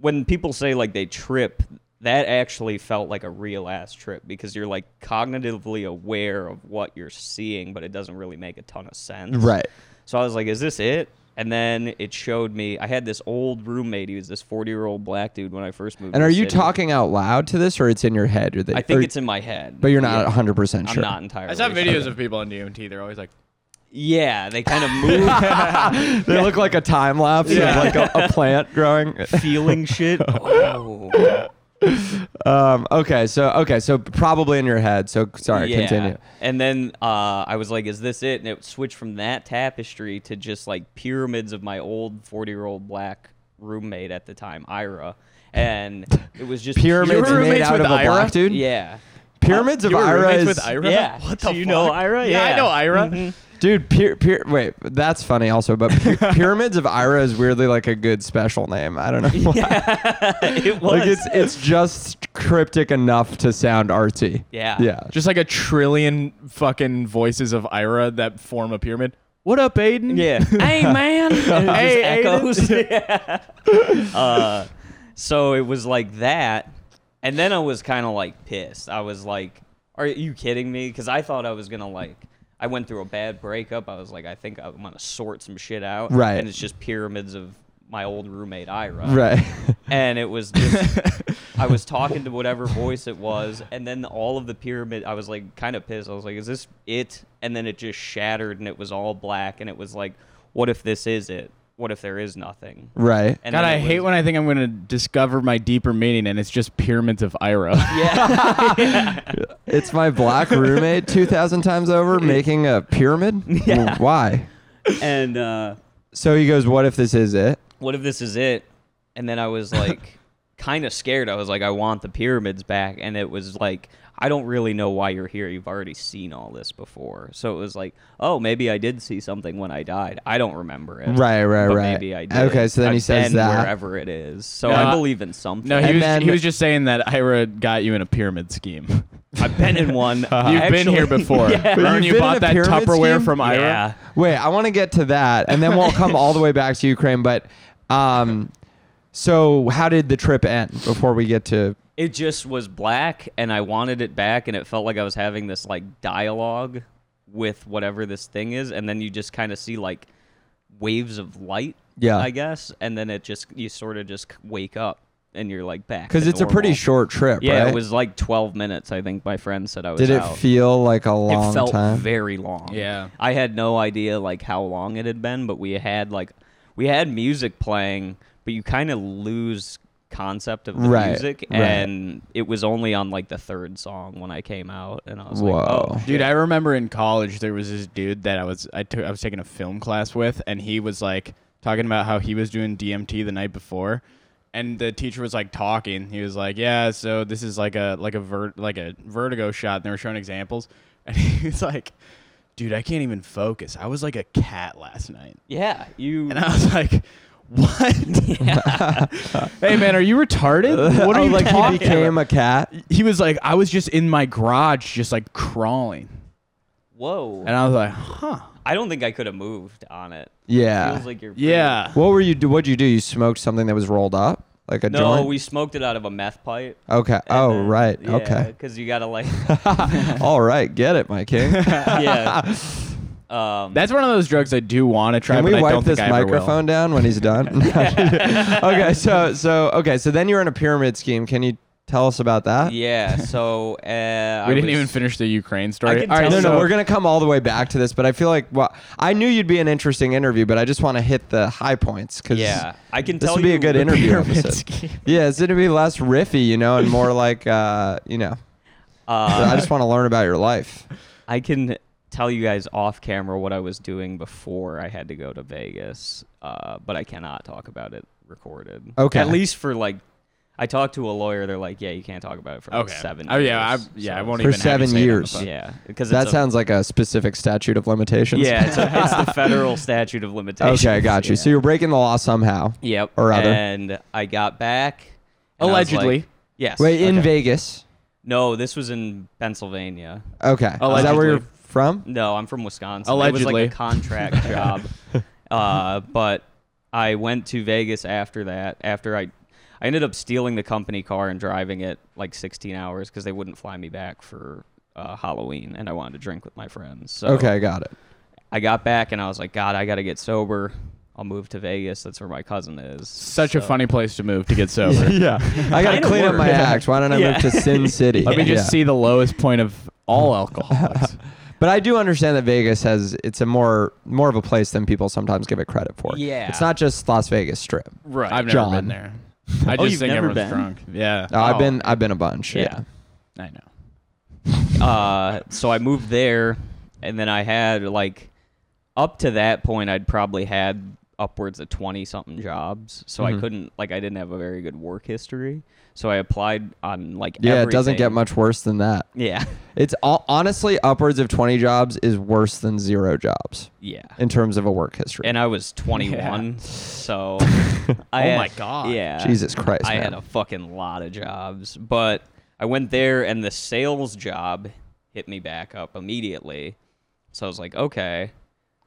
Speaker 3: when people say, like, they trip. That actually felt like a real ass trip because you're like cognitively aware of what you're seeing, but it doesn't really make a ton of sense.
Speaker 2: Right.
Speaker 3: So I was like, is this it? And then it showed me I had this old roommate. He was this 40 year old black dude when I first moved.
Speaker 2: And
Speaker 3: to
Speaker 2: are
Speaker 3: the
Speaker 2: you
Speaker 3: city.
Speaker 2: talking out loud to this or it's in your head? Or they,
Speaker 3: I think
Speaker 2: or-
Speaker 3: it's in my head.
Speaker 2: But you're not
Speaker 3: Yeah.
Speaker 2: 100%
Speaker 3: I'm
Speaker 2: sure.
Speaker 3: not entirely.
Speaker 1: I saw
Speaker 3: sure.
Speaker 1: videos of people on DMT. They're always like,
Speaker 3: Yeah,
Speaker 2: *laughs*
Speaker 3: they kind of
Speaker 2: *laughs*
Speaker 3: move,
Speaker 2: They look like a time lapse
Speaker 1: Yeah.
Speaker 2: of like a, a plant
Speaker 3: *laughs*
Speaker 2: growing.
Speaker 3: *laughs* feeling shit.
Speaker 2: *laughs*
Speaker 3: Oh,
Speaker 2: Um, okay, so okay, so probably in your head. So sorry,
Speaker 3: yeah.
Speaker 2: continue.
Speaker 3: And then uh, I was like, "Is this it?" And it switched from that tapestry to just like pyramids of my old 40 year old black roommate at the time, Ira, and it was just
Speaker 2: Pyramids
Speaker 1: were
Speaker 2: made
Speaker 1: roommates
Speaker 2: out
Speaker 1: with
Speaker 2: of a
Speaker 1: Ira?
Speaker 2: black dude.
Speaker 3: Yeah. *laughs*
Speaker 2: Pyramids of
Speaker 1: "You were
Speaker 2: Ira
Speaker 1: roommates
Speaker 2: is
Speaker 1: with Ira?
Speaker 3: Yeah.
Speaker 1: What the
Speaker 3: So you know
Speaker 1: fuck?
Speaker 3: Ira?
Speaker 1: Yeah, I
Speaker 3: Yeah.
Speaker 1: know Ira.
Speaker 2: dude. Pyr- pyr- wait, that's funny also. But
Speaker 3: *laughs*
Speaker 2: py- pyramids of Ira is weirdly like a good special name. I don't
Speaker 3: *laughs*
Speaker 2: know. why.
Speaker 3: it was.
Speaker 2: Like it's it's just cryptic enough to sound artsy.
Speaker 3: Yeah.
Speaker 2: Yeah.
Speaker 1: Just like a trillion fucking voices of Ira that form a pyramid. What up, Aiden? *laughs*
Speaker 3: Yeah. hey man. *laughs*
Speaker 1: Hey,
Speaker 2: *laughs*
Speaker 3: echoes. yeah. *laughs* Uh, so it was like that, and then I was kind of like pissed. I was like, "Are you kidding me?" Because I thought I was gonna like. I went through a bad breakup. I was like, I think I'm gonna sort some shit out.
Speaker 2: Right.
Speaker 3: And it's just pyramids of my old roommate Ira.
Speaker 2: Right. *laughs*
Speaker 3: and it was
Speaker 1: *laughs*
Speaker 3: just I was talking to whatever voice it was, and then all of the pyramid. I was like kind of pissed. I was like, "Is this it?" And then it just shattered, and it was all black, and it was like, "What if this is it? What if there is nothing?"
Speaker 2: right.
Speaker 1: *laughs*
Speaker 3: And
Speaker 1: God,
Speaker 3: then
Speaker 1: I
Speaker 3: it
Speaker 1: hate
Speaker 3: was-
Speaker 1: when I think I'm going to discover my deeper meaning and it's just pyramids of
Speaker 2: *laughs*
Speaker 1: Ira.
Speaker 3: Yeah,
Speaker 2: It's my black roommate 2,000 times
Speaker 3: *laughs*
Speaker 2: over making a pyramid?
Speaker 3: Yeah. *laughs*
Speaker 2: Why?
Speaker 1: *laughs*
Speaker 3: and uh,
Speaker 2: So he goes, What if this is it?
Speaker 3: what if this is it? And then I
Speaker 1: *laughs*
Speaker 3: was like, kind of scared. I was like, I want the pyramids back, and it was like. I don't really know why you're here. You've already seen all this before. So it was like, oh, maybe I did see something when I died. I don't remember it.
Speaker 2: Right, right,
Speaker 3: but
Speaker 2: right.
Speaker 3: Maybe I did.
Speaker 2: Okay, so then he
Speaker 3: I've
Speaker 2: says
Speaker 3: been
Speaker 2: that.
Speaker 3: wherever it is. So
Speaker 1: No,
Speaker 3: I
Speaker 1: I-
Speaker 3: believe in something.
Speaker 1: No, he
Speaker 2: And
Speaker 1: was,
Speaker 2: then-
Speaker 1: he was just saying that Ira got you in a pyramid scheme.
Speaker 3: I've been in one. You've
Speaker 1: *laughs* You've been here
Speaker 2: *laughs*
Speaker 1: before.
Speaker 3: *laughs* yeah.
Speaker 1: Vern,
Speaker 2: Uh-huh. you've
Speaker 1: you
Speaker 2: been in a
Speaker 1: bought that
Speaker 2: pyramid
Speaker 1: Tupperware
Speaker 2: scheme?
Speaker 1: from Ira.
Speaker 3: Yeah.
Speaker 2: Wait, I want to get to that and then we'll come all the way back to Ukraine. But um, so how did the trip end before we get to.
Speaker 3: It just was black, and I wanted it back, and it felt like I was having this like dialogue with whatever this thing is, and then you just kind of see like waves of light.
Speaker 2: Yeah.
Speaker 3: I guess, and then it just you sort of just wake up, and you're like back.
Speaker 2: Because
Speaker 3: to
Speaker 2: it's a pretty
Speaker 3: normal.
Speaker 2: short trip,
Speaker 3: Yeah,
Speaker 2: right?
Speaker 3: it was like 12 minutes. I think my friend said I was.
Speaker 2: did it
Speaker 3: out.
Speaker 2: feel like a long
Speaker 3: it felt
Speaker 2: time? *laughs*
Speaker 3: very long.
Speaker 1: Yeah.
Speaker 3: I had no idea like how long it had been, but we had like we had music playing, but you kind of lose concept of the
Speaker 2: Right,
Speaker 3: music
Speaker 2: right.
Speaker 3: and it was only on like the third song when I came out and I was like,
Speaker 2: Whoa.
Speaker 3: "Oh,
Speaker 1: Dude, I remember in college there was this dude that I was I took I was taking a film class with, and he was like talking about how he was doing DMT the night before, and the teacher was like talking. He was like, "Yeah, so this is like a like a ver- like a vertigo shot," and they were showing examples, and *laughs* he was like, "Dude, I can't even focus. I was like a cat last night,"
Speaker 3: yeah, you
Speaker 1: and I was like. What?
Speaker 2: *laughs*
Speaker 1: *laughs* hey man, are you retarded? What are
Speaker 2: oh,
Speaker 1: you
Speaker 2: like he
Speaker 1: talking
Speaker 2: became a cat?
Speaker 1: he was like, I was just in my garage, just like crawling.
Speaker 3: whoa.
Speaker 1: And I was like, huh.
Speaker 3: I don't think I could have moved on it.
Speaker 2: Yeah.
Speaker 3: Feels like you're pretty-
Speaker 1: Yeah.
Speaker 2: what were you? do- What'd you do? You smoked something that was rolled up, like a
Speaker 3: No,
Speaker 2: joint.
Speaker 3: we smoked it out of a meth pipe.
Speaker 2: okay.
Speaker 3: and
Speaker 2: Oh,
Speaker 3: then-
Speaker 2: right.
Speaker 3: yeah, *laughs*
Speaker 2: Okay.
Speaker 3: Because you
Speaker 2: *laughs*
Speaker 3: gotta like,
Speaker 2: All right. Get it, my king.
Speaker 3: *laughs* yeah. Um,
Speaker 1: That's one of those drugs I do want to try,
Speaker 2: Can
Speaker 1: but
Speaker 2: we
Speaker 1: I
Speaker 2: wipe
Speaker 1: don't
Speaker 2: this
Speaker 1: think I ever will.
Speaker 2: microphone down when he's done? *laughs* okay, so so okay, so then you're in a pyramid scheme. Can you tell us about that?
Speaker 3: yeah. So uh, we
Speaker 1: We didn't even finish the Ukraine story.
Speaker 3: can
Speaker 1: All right,
Speaker 3: tell
Speaker 2: No,
Speaker 1: so
Speaker 2: no,
Speaker 1: *laughs*
Speaker 2: we're gonna come all the way back to this, but I feel like well, I knew you'd be an interesting interview, but I just want to hit the high points because
Speaker 3: Yeah, I can
Speaker 2: this
Speaker 3: tell
Speaker 2: would be
Speaker 3: you
Speaker 2: a good
Speaker 3: the
Speaker 2: interview
Speaker 1: pyramid
Speaker 2: episode. *laughs*
Speaker 1: scheme.
Speaker 2: Yeah, it's gonna be less riffy, you know, and more *laughs* like uh, you know. So I
Speaker 3: Uh, *laughs*
Speaker 2: just want to learn about your life.
Speaker 3: I can tell you guys off camera what I was doing before I had to go to Vegas, uh, but I cannot talk about it recorded.
Speaker 2: Okay.
Speaker 3: At least for like, I talked to a lawyer. They're like, yeah, you can't talk about it for like
Speaker 1: Okay.
Speaker 3: seven.
Speaker 1: Oh, yeah,
Speaker 3: years."
Speaker 1: I- yeah, I
Speaker 3: So-
Speaker 1: won't
Speaker 2: For *laughs*
Speaker 1: even have you
Speaker 2: seven
Speaker 1: say it on the
Speaker 2: years.
Speaker 1: phone.
Speaker 3: Yeah, because
Speaker 2: That
Speaker 3: it's a-
Speaker 2: sounds like a specific statute of limitations. *laughs*
Speaker 3: Yeah, it's, a, it's the federal statute of limitations.
Speaker 2: Okay, I got you.
Speaker 3: Yeah.
Speaker 2: So you're breaking the law somehow.
Speaker 3: *laughs* Yep.
Speaker 2: or other.
Speaker 3: And I got back. and I was like-
Speaker 1: Allegedly.
Speaker 3: yes.
Speaker 2: Wait, in
Speaker 3: Okay.
Speaker 2: Vegas.
Speaker 3: No, this was in Pennsylvania.
Speaker 2: Okay. Is that where
Speaker 1: Allegedly.
Speaker 2: you're from?
Speaker 3: No, I'm from Wisconsin. It was
Speaker 1: Allegedly.
Speaker 3: like
Speaker 1: *laughs*
Speaker 3: a contract job. Uh, but I went to Vegas after that. After I, I ended up stealing the company car and driving it like 16 hours because they wouldn't fly me back for uh, Halloween, and I wanted to drink with my friends. So
Speaker 2: Okay, got it.
Speaker 3: I got back and I was like, God, I got to get sober. I'll move to Vegas. That's where my cousin is.
Speaker 1: Such a
Speaker 3: So-
Speaker 1: funny place to move to get sober.
Speaker 2: *laughs* yeah. I got
Speaker 3: Kinda
Speaker 2: to clean up my
Speaker 3: worked.
Speaker 2: act. Why don't I move to
Speaker 3: *laughs*
Speaker 2: Sin City?
Speaker 1: Let me just
Speaker 2: Yeah.
Speaker 1: see the lowest point of all alcoholics.
Speaker 2: But I do understand that Vegas has it's a more more of a place than people sometimes give it credit for.
Speaker 3: Yeah.
Speaker 2: It's not just Las Vegas Strip.
Speaker 3: *laughs* Right. Oh,
Speaker 1: I've never
Speaker 2: John.
Speaker 1: been there.
Speaker 3: *laughs*
Speaker 1: I just
Speaker 3: you've
Speaker 1: think
Speaker 3: never
Speaker 1: everyone's
Speaker 3: been?
Speaker 1: drunk. Yeah.
Speaker 2: No, Uh, I've been I've been a bunch. Yeah.
Speaker 3: Oh. Yeah.
Speaker 1: I know.
Speaker 3: uh, so I moved there, and then I had like up to that point, I'd probably had upwards of twenty something jobs. So I
Speaker 2: Mhm.
Speaker 3: couldn't like I didn't have a very good work history. So I applied on like
Speaker 2: Yeah, it doesn't get
Speaker 3: everything.
Speaker 2: much worse than that. *laughs*
Speaker 3: Yeah,
Speaker 2: It's all, honestly upwards of 20 jobs is worse than 0 jobs
Speaker 3: yeah.
Speaker 2: in terms of a work history.
Speaker 3: And I was twenty
Speaker 2: *laughs*
Speaker 3: one, so I
Speaker 1: Oh
Speaker 3: had,
Speaker 1: my God.
Speaker 3: Yeah,
Speaker 2: Jesus Christ,
Speaker 3: uh, I
Speaker 2: man.
Speaker 3: had a fucking lot of jobs, but I went there and the sales job hit me back up immediately. So I was like, okay.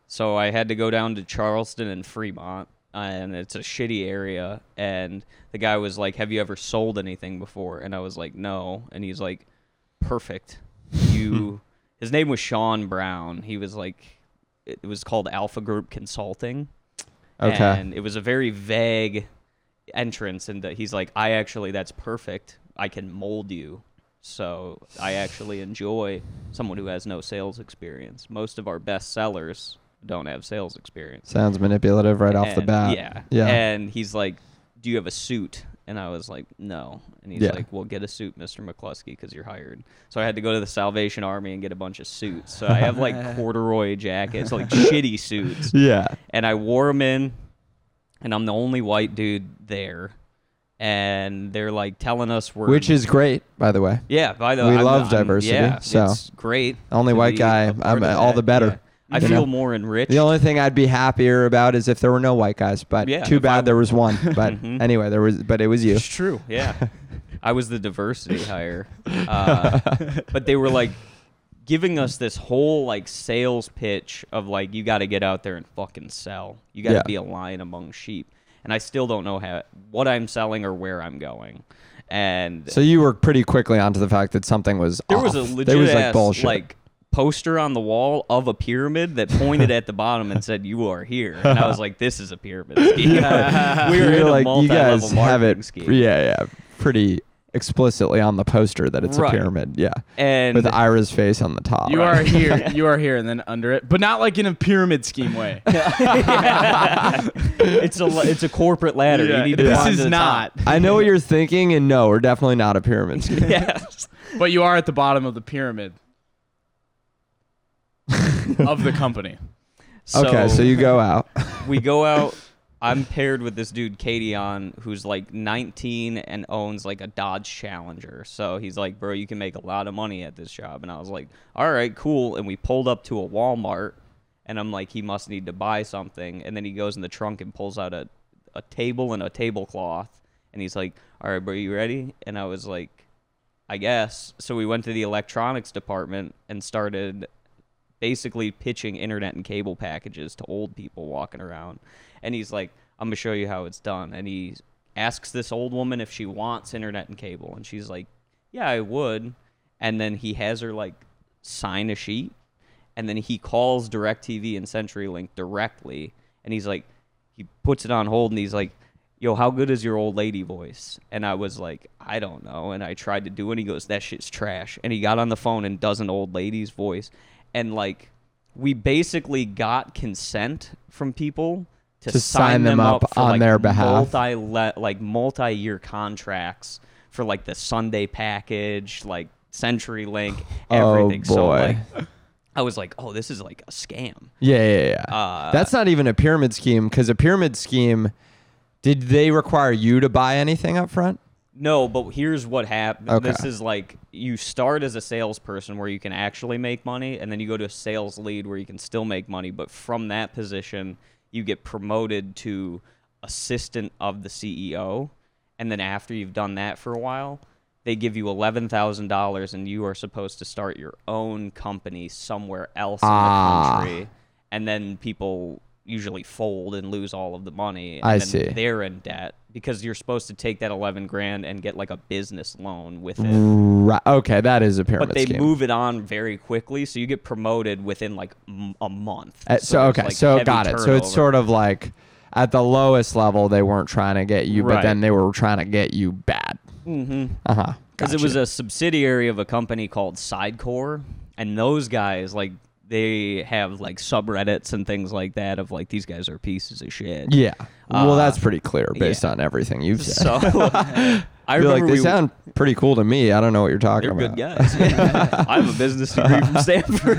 Speaker 3: So I had to go down to Charleston and Fremont, and it's a shitty area. And the guy was like, "Have you ever sold anything before?" And I was like, "No." And he's like, "Perfect."
Speaker 2: Hmm.
Speaker 3: You. His name was Sean Brown. He was like, it was called Alpha Group Consulting.
Speaker 2: Okay.
Speaker 3: And it was a very vague entrance and he's like i actually that's perfect i can mold you so i actually enjoy someone who has no sales experience most of our best sellers don't have sales experience
Speaker 2: Sounds manipulative right off the
Speaker 3: And-
Speaker 2: bat.
Speaker 3: yeah
Speaker 2: Yeah.
Speaker 3: and he's like do you have a suit and i was like no and he's
Speaker 2: Yeah.
Speaker 3: like well get a suit mr mccluskey because you're hired so i had to go to the salvation army and get a bunch of suits so i have like
Speaker 2: *laughs*
Speaker 3: corduroy jackets like shitty suits
Speaker 2: yeah.
Speaker 3: and I wore them in, and I'm the only white dude there, and they're like telling us we're
Speaker 2: Which is great, by the way.
Speaker 3: yeah. By the
Speaker 2: we
Speaker 3: I'm-
Speaker 2: love
Speaker 3: I'm-
Speaker 2: diversity,
Speaker 3: yeah,
Speaker 2: so
Speaker 3: it's great.
Speaker 2: only
Speaker 3: to
Speaker 2: white
Speaker 3: be
Speaker 2: guy,
Speaker 3: a part
Speaker 2: I'm-
Speaker 3: of
Speaker 2: all
Speaker 3: that,
Speaker 2: the better,
Speaker 3: I
Speaker 2: you
Speaker 3: feel
Speaker 2: know?
Speaker 3: more enriched.
Speaker 2: The only thing I'd be happier about is if there were no white guys, but
Speaker 3: Yeah,
Speaker 2: too
Speaker 3: if I
Speaker 2: bad
Speaker 3: w-
Speaker 2: there was one.
Speaker 3: *laughs*
Speaker 2: But
Speaker 3: Mhm.
Speaker 2: anyway, there was but it was you.
Speaker 1: true.
Speaker 2: *laughs*
Speaker 3: yeah, I was the diversity hire, uh, but they were like giving us this whole like sales pitch of like you got to get out there and fucking sell. You got to
Speaker 2: Yeah.
Speaker 3: be a lion among sheep. And I still don't know how what I'm selling or where I'm going. And
Speaker 2: So you were pretty quickly onto the fact that something was
Speaker 3: There
Speaker 2: off.
Speaker 3: was a legit
Speaker 2: there was like
Speaker 3: ass,
Speaker 2: bullshit.
Speaker 3: like, poster on the wall of a pyramid that
Speaker 2: *laughs*
Speaker 3: pointed at the bottom and said, "You are here." And I was like, "This is a pyramid
Speaker 2: *laughs*
Speaker 3: scheme." *laughs* we *laughs* were
Speaker 2: You're
Speaker 3: in a
Speaker 2: like you
Speaker 3: multi-level
Speaker 2: guys have
Speaker 3: marketing
Speaker 2: it
Speaker 3: scheme.
Speaker 2: yeah, yeah, pretty explicitly on the poster that it's
Speaker 3: Right.
Speaker 2: a pyramid. Yeah.
Speaker 3: And
Speaker 2: With Ira's face on the top.
Speaker 1: You are here. You are here, and then under it, but not like in a pyramid scheme way. *laughs*
Speaker 3: it's a la- it's a corporate ladder.
Speaker 1: Yeah,
Speaker 3: you need to
Speaker 1: this
Speaker 3: climb
Speaker 1: is
Speaker 3: to the
Speaker 1: not.
Speaker 3: top.
Speaker 2: *laughs* I know what you're thinking and no, we're definitely not a pyramid scheme.
Speaker 3: *laughs* yes.
Speaker 1: But you are at the bottom of the pyramid of the company.
Speaker 2: okay, so you go out.
Speaker 3: we go out. I'm paired with this dude Kadion, who's like 19 and owns like a Dodge Challenger. So he's like, "Bro, you can make a lot of money at this job." And I was like, "All right, cool." And we pulled up to a Walmart, and I'm like, "He must need to buy something." And then he goes in the trunk and pulls out a, a table and a tablecloth, and he's like, "All right, bro, you ready?" And I was like, I guess. So we went to the electronics department and started basically pitching internet and cable packages to old people walking around. And he's like, I'm going to show you how it's done. And he asks this old woman if she wants internet and cable. And she's like, Yeah, I would. And then he has her like sign a sheet. And then he calls DirecTV and CenturyLink directly. And he's like, He puts it on hold and he's like, Yo, how good is your old lady voice? And I was like, I don't know. And I tried to do it. And he goes, That shit's trash. And he got on the phone and does an old lady's voice. And like, we basically got consent from people to,
Speaker 2: To
Speaker 3: sign, them, up, for,
Speaker 2: on
Speaker 3: like,
Speaker 2: their behalf.
Speaker 3: multi like multi year contracts for like the Sunday package, like CenturyLink,
Speaker 2: Oh,
Speaker 3: everything. So
Speaker 2: boy.
Speaker 3: like, I was like, oh, this is like a scam.
Speaker 2: Yeah, yeah, yeah.
Speaker 3: Uh,
Speaker 2: That's not even a pyramid scheme because a pyramid scheme, did they require you to buy anything up front?
Speaker 3: No, but here's what happened.
Speaker 2: Okay.
Speaker 3: This is like you start as a salesperson where you can actually make money, and then you go to a sales lead where you can still make money. But from that position, you get promoted to assistant of the CEO. And then after you've done that for a while, they give you $11,000 and you are supposed to start your own company somewhere else in
Speaker 2: Ah.
Speaker 3: the country. And then people usually fold and lose all of the money. And
Speaker 2: I
Speaker 3: then
Speaker 2: see.
Speaker 3: They're in debt because you're supposed to take that 11 grand and get like a business loan with
Speaker 2: Mm-hmm.
Speaker 3: it.
Speaker 2: Right. Okay, that is a pyramid
Speaker 3: But they
Speaker 2: scheme.
Speaker 3: move it on very quickly, so you get promoted within like m- a month.
Speaker 2: Uh, so,
Speaker 3: there's,
Speaker 2: okay,
Speaker 3: like,
Speaker 2: so
Speaker 3: heavy
Speaker 2: got it. So it's
Speaker 3: turnover.
Speaker 2: sort of like at the lowest level they weren't trying to get you, but
Speaker 3: Right.
Speaker 2: then they were trying to get you bad. Mm-hmm. Uh huh.
Speaker 3: because it was a subsidiary of a company called Sidecore, and those guys like they have like subreddits and things like that of like these guys are pieces of shit.
Speaker 2: yeah. well,
Speaker 3: Uh,
Speaker 2: that's pretty clear based
Speaker 3: yeah.
Speaker 2: on everything you've said.
Speaker 3: *laughs*
Speaker 2: *laughs*
Speaker 3: So I
Speaker 2: You're
Speaker 3: remember
Speaker 2: like, they
Speaker 3: we
Speaker 2: sound pretty cool to me. I don't know what you're talking
Speaker 3: *laughs* they're
Speaker 2: about.
Speaker 3: good guys. *laughs* I have a business
Speaker 2: *laughs*
Speaker 3: degree from Stanford.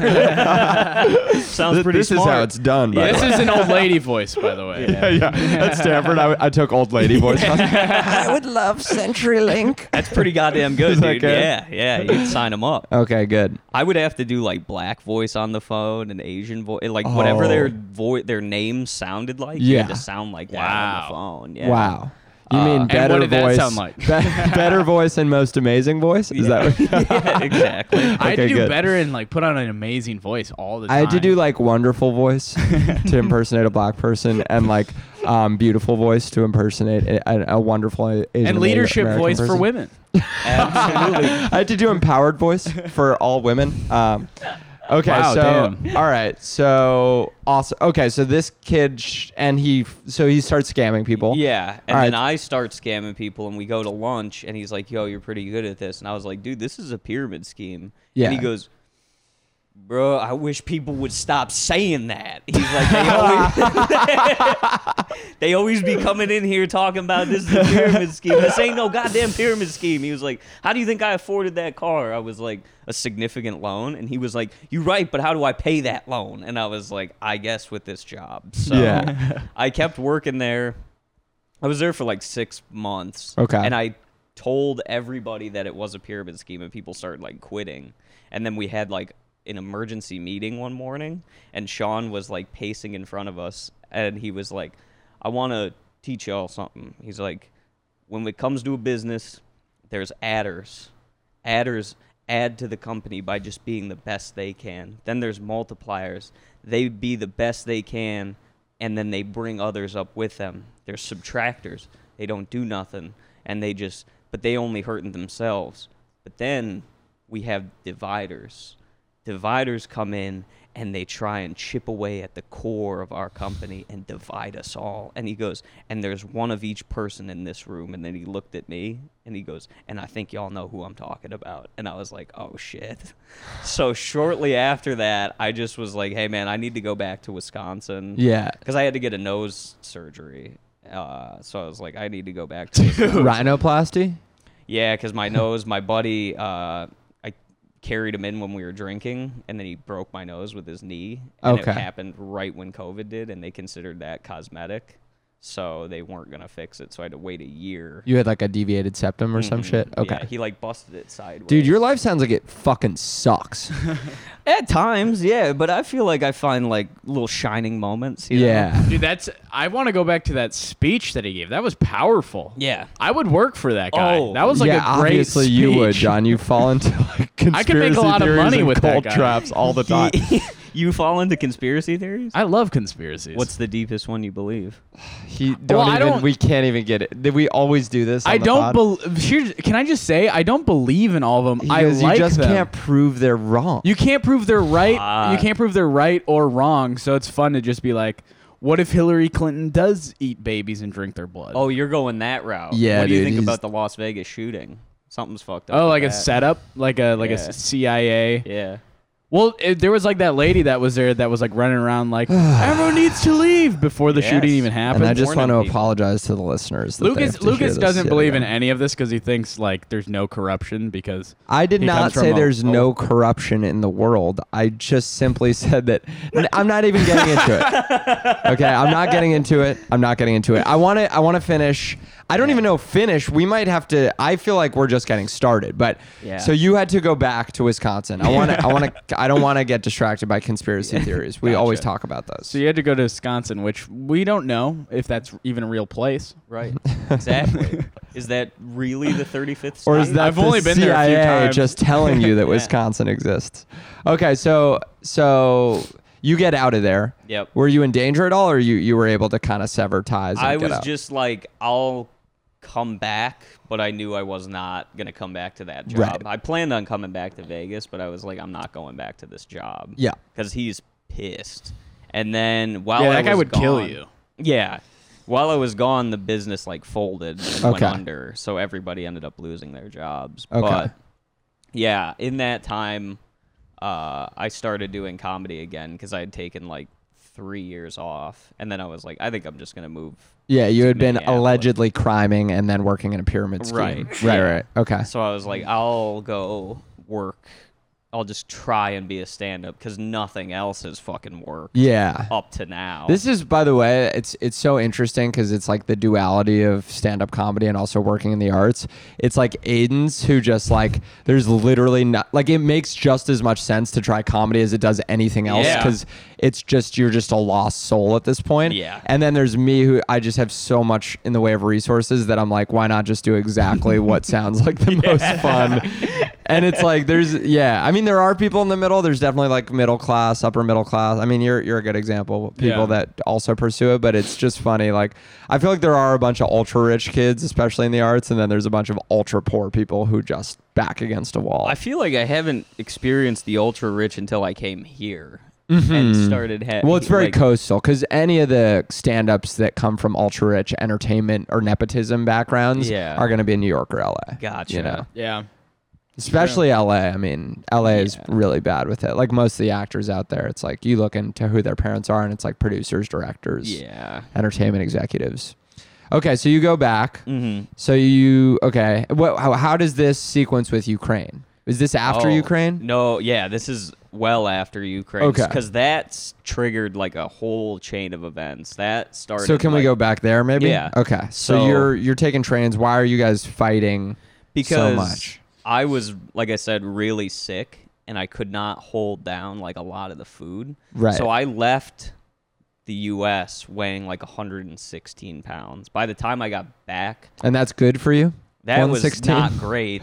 Speaker 3: Sounds
Speaker 2: Th-
Speaker 3: pretty
Speaker 2: this
Speaker 3: smart.
Speaker 2: is how it's done. *laughs* By
Speaker 1: This
Speaker 2: the way.
Speaker 1: is an old lady voice, by the way.
Speaker 2: yeah, at Stanford, I, I took old lady *laughs* voice. I would love CenturyLink.
Speaker 3: That's pretty
Speaker 2: *laughs*
Speaker 3: goddamn good,
Speaker 2: that
Speaker 3: dude.
Speaker 2: good?
Speaker 3: Yeah, yeah. You'd sign them up.
Speaker 2: Okay, good.
Speaker 3: I would have to do like black voice on the phone and Asian voice, like whatever
Speaker 2: Oh.
Speaker 3: their vo- their name sounded like. You had
Speaker 2: Yeah.
Speaker 3: to sound like that
Speaker 1: Wow.
Speaker 3: on the phone. Yeah.
Speaker 2: Wow. You mean
Speaker 1: and
Speaker 2: better
Speaker 1: what did that
Speaker 2: voice?
Speaker 1: sound like?
Speaker 2: be- better voice and most amazing voice? Is that what
Speaker 3: *laughs* yeah,
Speaker 2: *laughs*
Speaker 3: exactly.
Speaker 1: I had to
Speaker 2: Okay,
Speaker 1: do
Speaker 2: good.
Speaker 1: better and like put on an amazing voice all the time.
Speaker 2: *laughs* I had to do like wonderful voice to impersonate a black person and like um, beautiful voice to impersonate a, a- a wonderful Asian
Speaker 1: and
Speaker 2: Ameri-
Speaker 1: leadership
Speaker 2: American
Speaker 1: voice for
Speaker 2: person.
Speaker 1: women.
Speaker 2: *laughs*
Speaker 3: Absolutely.
Speaker 2: I had to do empowered voice for all women. Um, okay,
Speaker 1: Wow,
Speaker 2: so
Speaker 1: damn.
Speaker 2: all right, so also okay, so this kid sh- and he so he starts scamming people.
Speaker 3: Yeah. And
Speaker 2: All
Speaker 3: then
Speaker 2: right.
Speaker 3: I start scamming people and we go to lunch and he's like, yo, you're pretty good at this. And I was like, dude, this is a pyramid scheme.
Speaker 2: Yeah.
Speaker 3: And he goes, Bro, I wish people would stop saying that. He's like, they always, they always *laughs* be coming in here talking about this is a pyramid scheme. This ain't no goddamn pyramid scheme. He was like, How do you think I afforded that car? I was like, A significant loan. And he was like, You're right, but how do I pay that loan? And I was like, I guess with this job. So
Speaker 2: Yeah.
Speaker 3: I kept working there. I was there for like six months.
Speaker 2: Okay.
Speaker 3: And I told everybody that it was a pyramid scheme, and people started like quitting. And then we had like an emergency meeting one morning, and Sean was like pacing in front of us, and he was like, I want to teach y'all something. He's like, when it comes to a business, there's adders. Adders add to the company by just being the best they can. Then there's multipliers. They be the best they can, and then they bring others up with them. There's subtractors. They don't do nothing, and they just, but they only hurting themselves. But then we have dividers. Dividers come in and they try and chip away at the core of our company and divide us all. And he goes, and there's one of each person in this room. And then he looked at me and he goes, and I think y'all know who I'm talking about. And I was like, oh shit. *laughs* So shortly after that, I just was like, hey man, I need to go back to Wisconsin.
Speaker 1: *laughs*
Speaker 2: Yeah.
Speaker 3: Because I had to get a nose surgery. Uh, so I was like, I need to go back
Speaker 2: *laughs*
Speaker 3: to Wisconsin.
Speaker 2: Rhinoplasty?
Speaker 3: Yeah, because my nose, my buddy, uh, I carried him in when we were drinking, and then he broke my nose with his knee. And
Speaker 2: Okay.
Speaker 3: It happened right when COVID did, and they considered that cosmetic. So they weren't going to fix it. So I had to wait a year. Mm-hmm.
Speaker 2: You had like a deviated septum or
Speaker 1: Mm-hmm.
Speaker 2: some shit.
Speaker 3: Yeah,
Speaker 2: Okay.
Speaker 3: he like busted it sideways.
Speaker 2: Dude, your life sounds like it
Speaker 1: *laughs*
Speaker 2: fucking sucks.
Speaker 3: At times, yeah, but I feel like I find like little shining moments. you know?
Speaker 2: yeah.
Speaker 1: Dude, that's I want to go back to that speech that he gave. That was powerful.
Speaker 3: Yeah.
Speaker 1: I would work for that guy.
Speaker 3: Oh.
Speaker 1: that was like
Speaker 2: yeah,
Speaker 1: a great
Speaker 2: obviously you would,
Speaker 1: speech. *laughs*
Speaker 2: John. You fall into like conspiracy
Speaker 1: I could make a lot of
Speaker 2: theories
Speaker 1: money
Speaker 2: and
Speaker 1: with that
Speaker 2: cult
Speaker 1: guy. *laughs*
Speaker 2: traps all the time.
Speaker 3: He, *laughs* you fall into conspiracy theories?
Speaker 1: I love conspiracies.
Speaker 3: What's the deepest one you believe?
Speaker 2: He don't
Speaker 1: I
Speaker 2: even.
Speaker 1: don't-
Speaker 2: we can't even get it. Did we always do this? on
Speaker 1: I
Speaker 2: the
Speaker 1: don't
Speaker 2: pod?
Speaker 1: believe. Can I just say I don't believe in all of them.
Speaker 2: He
Speaker 1: I
Speaker 2: goes,
Speaker 1: like
Speaker 2: you just
Speaker 1: them.
Speaker 2: can't prove they're wrong.
Speaker 1: You can't prove they're right.
Speaker 3: Ah.
Speaker 1: you can't prove they're right or wrong. So it's fun to just be like, what if Hillary Clinton does eat babies and drink their blood?
Speaker 3: Oh, you're going that route.
Speaker 2: Yeah,
Speaker 3: What do you
Speaker 2: dude,
Speaker 3: think
Speaker 2: he's-
Speaker 3: about the Las Vegas shooting? Something's fucked up.
Speaker 1: Oh,
Speaker 3: with
Speaker 1: like a
Speaker 3: that.
Speaker 1: setup, like a like a
Speaker 3: Yeah.
Speaker 1: s- CIA.
Speaker 3: Yeah.
Speaker 1: Well, it, there was like that lady that was there that was like running around
Speaker 2: *sighs*
Speaker 1: like everyone needs to leave before the
Speaker 3: Yes.
Speaker 1: shooting even happened.
Speaker 2: and I just want
Speaker 3: warning
Speaker 2: to
Speaker 3: people.
Speaker 2: apologize to the listeners. That they have
Speaker 1: Lucas
Speaker 2: to hear
Speaker 1: Lucas
Speaker 2: this
Speaker 1: doesn't
Speaker 2: yet
Speaker 1: believe in
Speaker 2: again.
Speaker 1: any of this because he thinks like there's no corruption because
Speaker 2: I did
Speaker 1: He
Speaker 2: not
Speaker 1: comes from
Speaker 2: say
Speaker 1: a-
Speaker 2: there's
Speaker 1: a-
Speaker 2: no corruption in the world. I just simply *laughs* said that n- I'm not even getting into it.
Speaker 1: *laughs*
Speaker 2: Okay, I'm not getting into it. I'm not getting into it. I want to I want to finish. I don't even know finish. We might have to I feel like we're just getting started. But
Speaker 3: Yeah.
Speaker 2: so you had to go back to Wisconsin. I want to I
Speaker 1: *laughs*
Speaker 2: want to I don't want to get distracted by conspiracy theories. We always talk about those.
Speaker 1: so you had to go to Wisconsin, which we don't know if that's even a real place.
Speaker 2: *laughs*
Speaker 3: Right. Exactly. Is that really the 35th state?
Speaker 2: Or is that
Speaker 1: I've
Speaker 2: the
Speaker 1: only been there a few
Speaker 2: CIA
Speaker 1: times.
Speaker 2: just telling you that
Speaker 3: *laughs* Yeah.
Speaker 2: Wisconsin exists? Okay, so so you get out of there.
Speaker 3: Yep.
Speaker 2: Were you in danger at all, or you you were able to kind of sever ties? And
Speaker 3: I
Speaker 2: get
Speaker 3: was
Speaker 2: out?
Speaker 3: just like, I'll come back, but I knew I was not gonna come back to that job.
Speaker 2: Right.
Speaker 3: I planned on coming back to Vegas, but I was like, I'm not going back to this job.
Speaker 2: Yeah.
Speaker 3: because he's pissed. And then while
Speaker 1: Yeah,
Speaker 3: I
Speaker 1: that guy
Speaker 3: was
Speaker 1: would kill
Speaker 3: gone-
Speaker 1: you.
Speaker 3: Yeah, while I was gone, the business like folded and went
Speaker 2: Okay.
Speaker 3: under, so everybody ended up losing their jobs.
Speaker 2: Okay.
Speaker 3: But yeah, in that time, uh, I started doing comedy again because I had taken like three years off, and then I was like, I think I'm just gonna move.
Speaker 2: yeah. You had been
Speaker 3: Minneapolis.
Speaker 2: allegedly criming and then working in a pyramid scheme. Right.
Speaker 3: Right. Yeah.
Speaker 2: Right. Okay.
Speaker 3: So I was like, I'll go work. I'll just try and be a stand-up because nothing else has fucking worked
Speaker 2: Yeah.
Speaker 3: up to now.
Speaker 2: This is, by the way, it's it's so interesting because it's like the duality of stand-up comedy and also working in the arts. It's like Aiden's who just like there's literally not like it makes just as much sense to try comedy as it does anything else
Speaker 3: Yeah.
Speaker 2: because it's just you're just a lost soul at this point.
Speaker 3: Yeah.
Speaker 2: And then there's me who I just have so much in the way of resources that I'm like, why not just do
Speaker 3: *laughs*
Speaker 2: exactly what sounds like the most fun? And it's like there's yeah, I mean there are people in the middle. There's definitely like middle class, upper middle class. I mean you're you're a good example. People
Speaker 1: Yeah.
Speaker 2: that that uh, also pursue it, but it's just funny. Like I feel like there are a bunch of ultra rich kids, especially in the arts, and then there's a bunch of ultra poor people who just back against a wall.
Speaker 3: I feel like I haven't experienced the ultra rich until I came here and started. Ha-
Speaker 2: Mm-hmm. well, it's very
Speaker 3: like,
Speaker 2: coastal because any of the stand ups that come from ultra rich entertainment or nepotism backgrounds
Speaker 3: Yeah.
Speaker 2: are going to be in New York or LA.
Speaker 3: Gotcha.
Speaker 2: You know,
Speaker 1: Yeah.
Speaker 2: especially LA. I mean, LA is
Speaker 3: Yeah.
Speaker 2: really bad with it. Like most of the actors out there, it's like you look into who their parents are and it's like producers, directors,
Speaker 3: Yeah.
Speaker 2: entertainment executives. Okay, so you go back.
Speaker 3: Mm-hmm.
Speaker 2: So you okay? What? How, how does this sequence with Ukraine? Is this after Ukraine?
Speaker 3: Oh, No, yeah, this is well after Ukraine.
Speaker 2: Okay.
Speaker 3: Because that's triggered like a whole chain of events. That started.
Speaker 2: So can we
Speaker 3: like-
Speaker 2: go back there maybe?
Speaker 3: Yeah.
Speaker 2: Okay. So,
Speaker 3: So-
Speaker 2: you're you're taking trains. Why are you guys fighting
Speaker 3: because
Speaker 2: so much?
Speaker 3: I was, like I said, really sick and I could not hold down like a lot of the food.
Speaker 2: Right.
Speaker 3: So I left the U.S. weighing like 116 pounds. By the time I got back,
Speaker 2: And that's good for you.
Speaker 3: That was
Speaker 2: 116? *laughs*
Speaker 3: not great.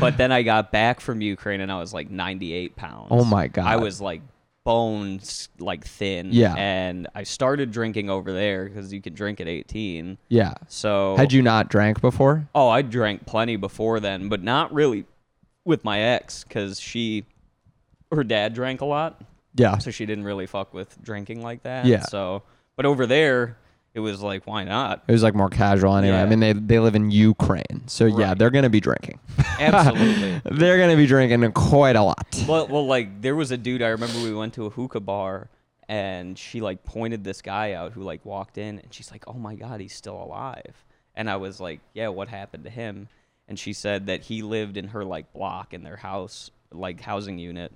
Speaker 3: but then I got back from Ukraine and I was like 98 pounds.
Speaker 2: Oh my God.
Speaker 3: I was like bones like thin.
Speaker 2: Yeah.
Speaker 3: And I started drinking over there because you can drink at 18.
Speaker 2: Yeah.
Speaker 3: So
Speaker 2: Had you not drank before?
Speaker 3: Oh, I drank plenty before then, but not really with my ex because she, her dad drank a lot,
Speaker 2: Yeah.
Speaker 3: so she didn't really fuck with drinking like that.
Speaker 2: Yeah.
Speaker 3: So, but over there, it was like, why not?
Speaker 2: It was like more casual anyway. I
Speaker 3: Yeah.
Speaker 2: mean, they they live in Ukraine, so yeah,
Speaker 3: Right.
Speaker 2: they're gonna be drinking. *laughs*
Speaker 3: Absolutely.
Speaker 2: they're gonna be drinking quite a lot.
Speaker 3: well, well, like there was a dude I remember we went to a hookah bar and she like pointed this guy out who like walked in and she's like, "Oh my god, he's still alive." And I was like, "Yeah, what happened to him?" And she said that he lived in her like block in their house, like housing unit,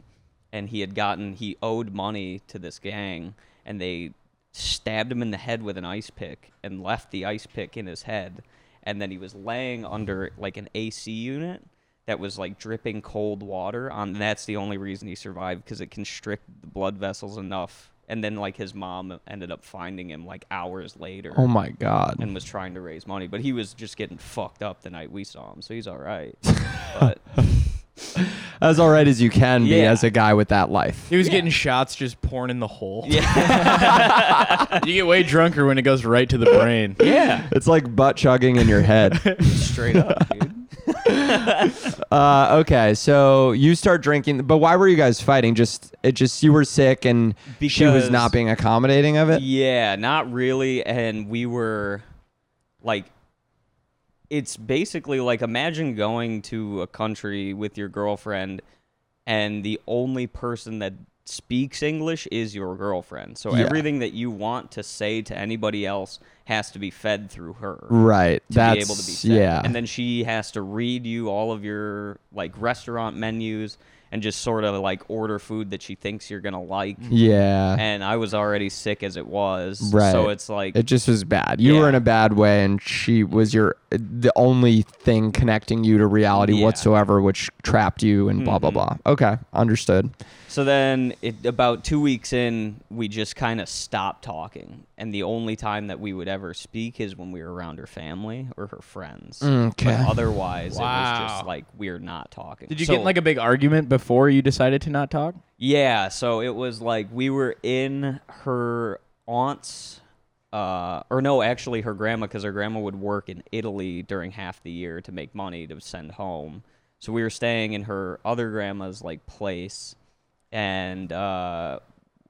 Speaker 3: and he had gotten he owed money to this gang and they stabbed him in the head with an ice pick and left the ice pick in his head and then he was laying under like an AC unit that was like dripping cold water on and that's the only reason he survived because it constricted the blood vessels enough and then like his mom ended up finding him like hours later
Speaker 2: Oh my god.
Speaker 3: and was trying
Speaker 2: *laughs*
Speaker 3: to raise money but he was just getting fucked up the night we saw him so he's all right but
Speaker 2: as all right as you can be
Speaker 3: Yeah.
Speaker 2: as a guy with that life.
Speaker 1: He was getting shots just pouring in the hole.
Speaker 3: Yeah. *laughs*
Speaker 1: you get way drunker when it goes right
Speaker 2: *laughs*
Speaker 1: to the brain.
Speaker 3: yeah.
Speaker 2: It's like butt chugging in your
Speaker 3: *laughs*
Speaker 2: head.
Speaker 3: Straight up, dude.
Speaker 2: uh, okay, so you start drinking, but why were you guys fighting? Just it just you were sick and she was
Speaker 3: Because-
Speaker 2: not being accommodating of it.
Speaker 3: Yeah, not really. And we were like, it's basically like imagine going to a country with your girlfriend, and the only person that speaks English is your girlfriend. So
Speaker 2: Yeah.
Speaker 3: everything that you want to say to anybody else has to be fed through her.
Speaker 2: Right.
Speaker 3: To
Speaker 2: Mm, That's
Speaker 3: be able to be said.
Speaker 2: yeah.
Speaker 3: And then she has to read you all of your like restaurant menus and just sort of like order food that she thinks you're gonna like
Speaker 2: yeah.
Speaker 3: and I was already sick as it was.
Speaker 2: Right.
Speaker 3: So it's like,
Speaker 2: It just was bad. You were
Speaker 3: Yeah.
Speaker 2: in a bad way, and she was your the only thing connecting you to reality
Speaker 3: Yeah. Mm-hmm.
Speaker 2: whatsoever, which trapped you and blah blah blah. Okay, understood.
Speaker 3: so then it, about two weeks in, we just kind of stopped talking. And the only time that we would ever speak is when we were around her family or her friends.
Speaker 2: Mm, Okay.
Speaker 3: But otherwise, it was
Speaker 1: Wow.
Speaker 3: just like, we're not talking.
Speaker 1: Did you
Speaker 3: So-
Speaker 1: get in like a big argument before you decided to not talk?
Speaker 3: Yeah, so it was like we were in her aunt's uh or no, actually her grandma cuz her grandma would work in Italy during half the year to make money to send home. So we were staying in her other grandma's like place and uh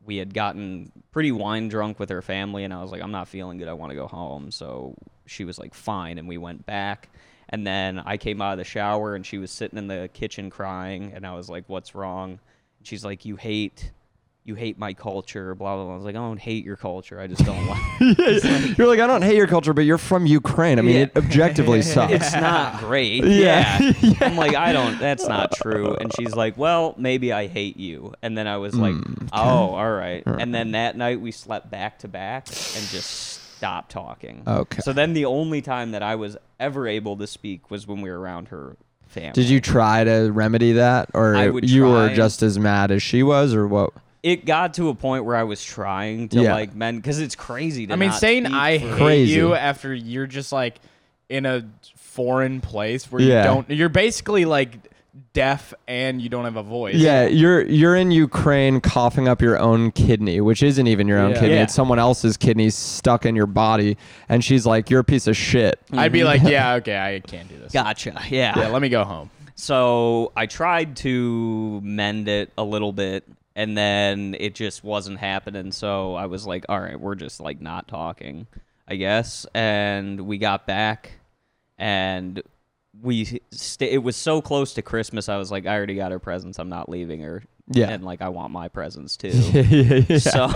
Speaker 3: we had gotten pretty wine drunk with her family and I was like I'm not feeling good. I want to go home. So she was like fine and we went back. And then I came out of the shower and she was sitting in the kitchen crying and I was like what's wrong? She's like, "You hate, you hate my culture." Blah blah. blah. I was like, "I don't hate your culture. I just don't *laughs* like."
Speaker 2: You're like, I don't hate your culture, but you're from Ukraine. I mean,
Speaker 3: *laughs* Yeah.
Speaker 2: it objectively sucks.
Speaker 3: it's not great.
Speaker 2: Yeah.
Speaker 3: *laughs* Yeah. I'm like, I don't. That's not true. And she's like, "Well, maybe I hate you." And then I was like, "Oh, all right." And then that night we slept back to back and just stopped talking.
Speaker 2: Okay.
Speaker 3: So then the only time that I was ever able to speak was when we were around her family.
Speaker 2: Did you try to remedy that, or
Speaker 3: I would
Speaker 2: you were
Speaker 3: try.
Speaker 2: just as mad as she was, or what?
Speaker 3: It got to a point where I was trying to
Speaker 2: Yeah.
Speaker 3: like men because it's crazy. To
Speaker 1: I mean,
Speaker 3: not
Speaker 1: saying
Speaker 3: speak
Speaker 1: I
Speaker 3: for-
Speaker 1: hate
Speaker 2: Crazy.
Speaker 1: you after you're just like in a foreign place where
Speaker 2: Yeah.
Speaker 1: you don't, you're basically like deaf and you don't have a voice.
Speaker 2: Yeah, you're you're in Ukraine coughing up your own kidney, which isn't even your own
Speaker 1: Yeah.
Speaker 2: kidney.
Speaker 1: Yeah.
Speaker 2: It's someone else's kidney stuck in your body, and she's like, "You're a piece of shit." *laughs*
Speaker 1: I'd be like, yeah, okay, I can't do this.
Speaker 3: Gotcha. Yeah.
Speaker 1: Yeah, let me go home.
Speaker 3: So I tried to mend it a little bit, and then it just wasn't happening. So I was like, "All right, we're just like not talking, I guess." And we got back, and we st- it was so close to Christmas. I was like, "I already got her presents. I'm not leaving her."
Speaker 2: Yeah.
Speaker 3: And like, I want my
Speaker 2: *laughs*
Speaker 3: presents too. *laughs* So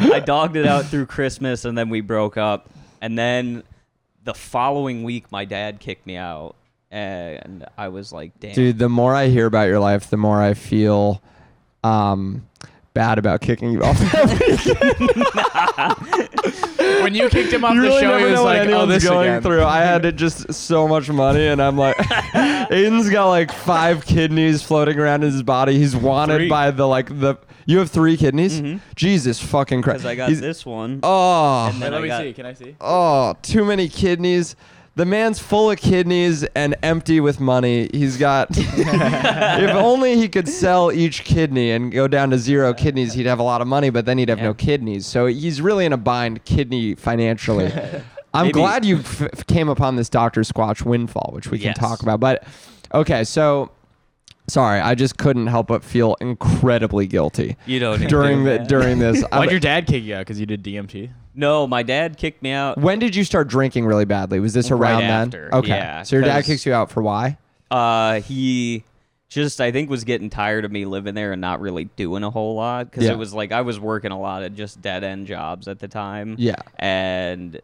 Speaker 3: I dogged it out through Christmas and then we broke up. And then the following week, my dad kicked me out. And I was like, damn.
Speaker 2: Dude, the more I hear about your life, the more I feel um, bad about kicking you off. *laughs*
Speaker 1: When you kicked
Speaker 2: *laughs*
Speaker 1: him off the show, he was like, oh, this
Speaker 2: going
Speaker 1: again.
Speaker 2: through. I had to just so much money, and I'm like, *laughs* Aiden's got like five kidneys floating around in his body. He's wanted
Speaker 3: Three.
Speaker 2: by the like the. You have three kidneys? Jesus fucking Christ!
Speaker 3: Because I got
Speaker 2: He's-
Speaker 3: this one.
Speaker 2: Oh,
Speaker 3: and
Speaker 1: Wait,
Speaker 3: then
Speaker 1: let
Speaker 3: I
Speaker 1: me
Speaker 3: got,
Speaker 1: see. Can I see?
Speaker 2: oh, too many kidneys. The man's full of kidneys and empty with money. He's got. *laughs* if only he could sell each kidney and go down to zero kidneys, he'd have a lot of money, but then he'd have no
Speaker 3: Yeah.
Speaker 2: kidneys. So he's really in a bind kidney financially.
Speaker 3: *laughs*
Speaker 2: I'm
Speaker 3: Maybe-
Speaker 2: glad you f- f- came upon this Dr. Squatch windfall, which we
Speaker 3: Yes.
Speaker 2: can talk about. But okay, so sorry, I just couldn't help but feel incredibly guilty
Speaker 3: You don't need to
Speaker 2: during
Speaker 3: do
Speaker 2: the,
Speaker 3: that.
Speaker 2: during
Speaker 3: *laughs*
Speaker 2: this. I'm-
Speaker 1: Why'd your dad kick you out? Because you did DMT?
Speaker 3: No, my dad kicked me out.
Speaker 2: When did you start drinking really badly? Was this
Speaker 3: Right
Speaker 2: around then?
Speaker 3: after,
Speaker 2: okay.
Speaker 3: yeah,
Speaker 2: so your dad
Speaker 3: 'cause-
Speaker 2: kicks you out for why?
Speaker 3: Uh, he just, I think, was getting tired of me living there and not really doing a whole lot. Because
Speaker 2: Yeah.
Speaker 3: it was like I was working a lot of just dead end jobs at the time.
Speaker 2: Yeah.
Speaker 3: And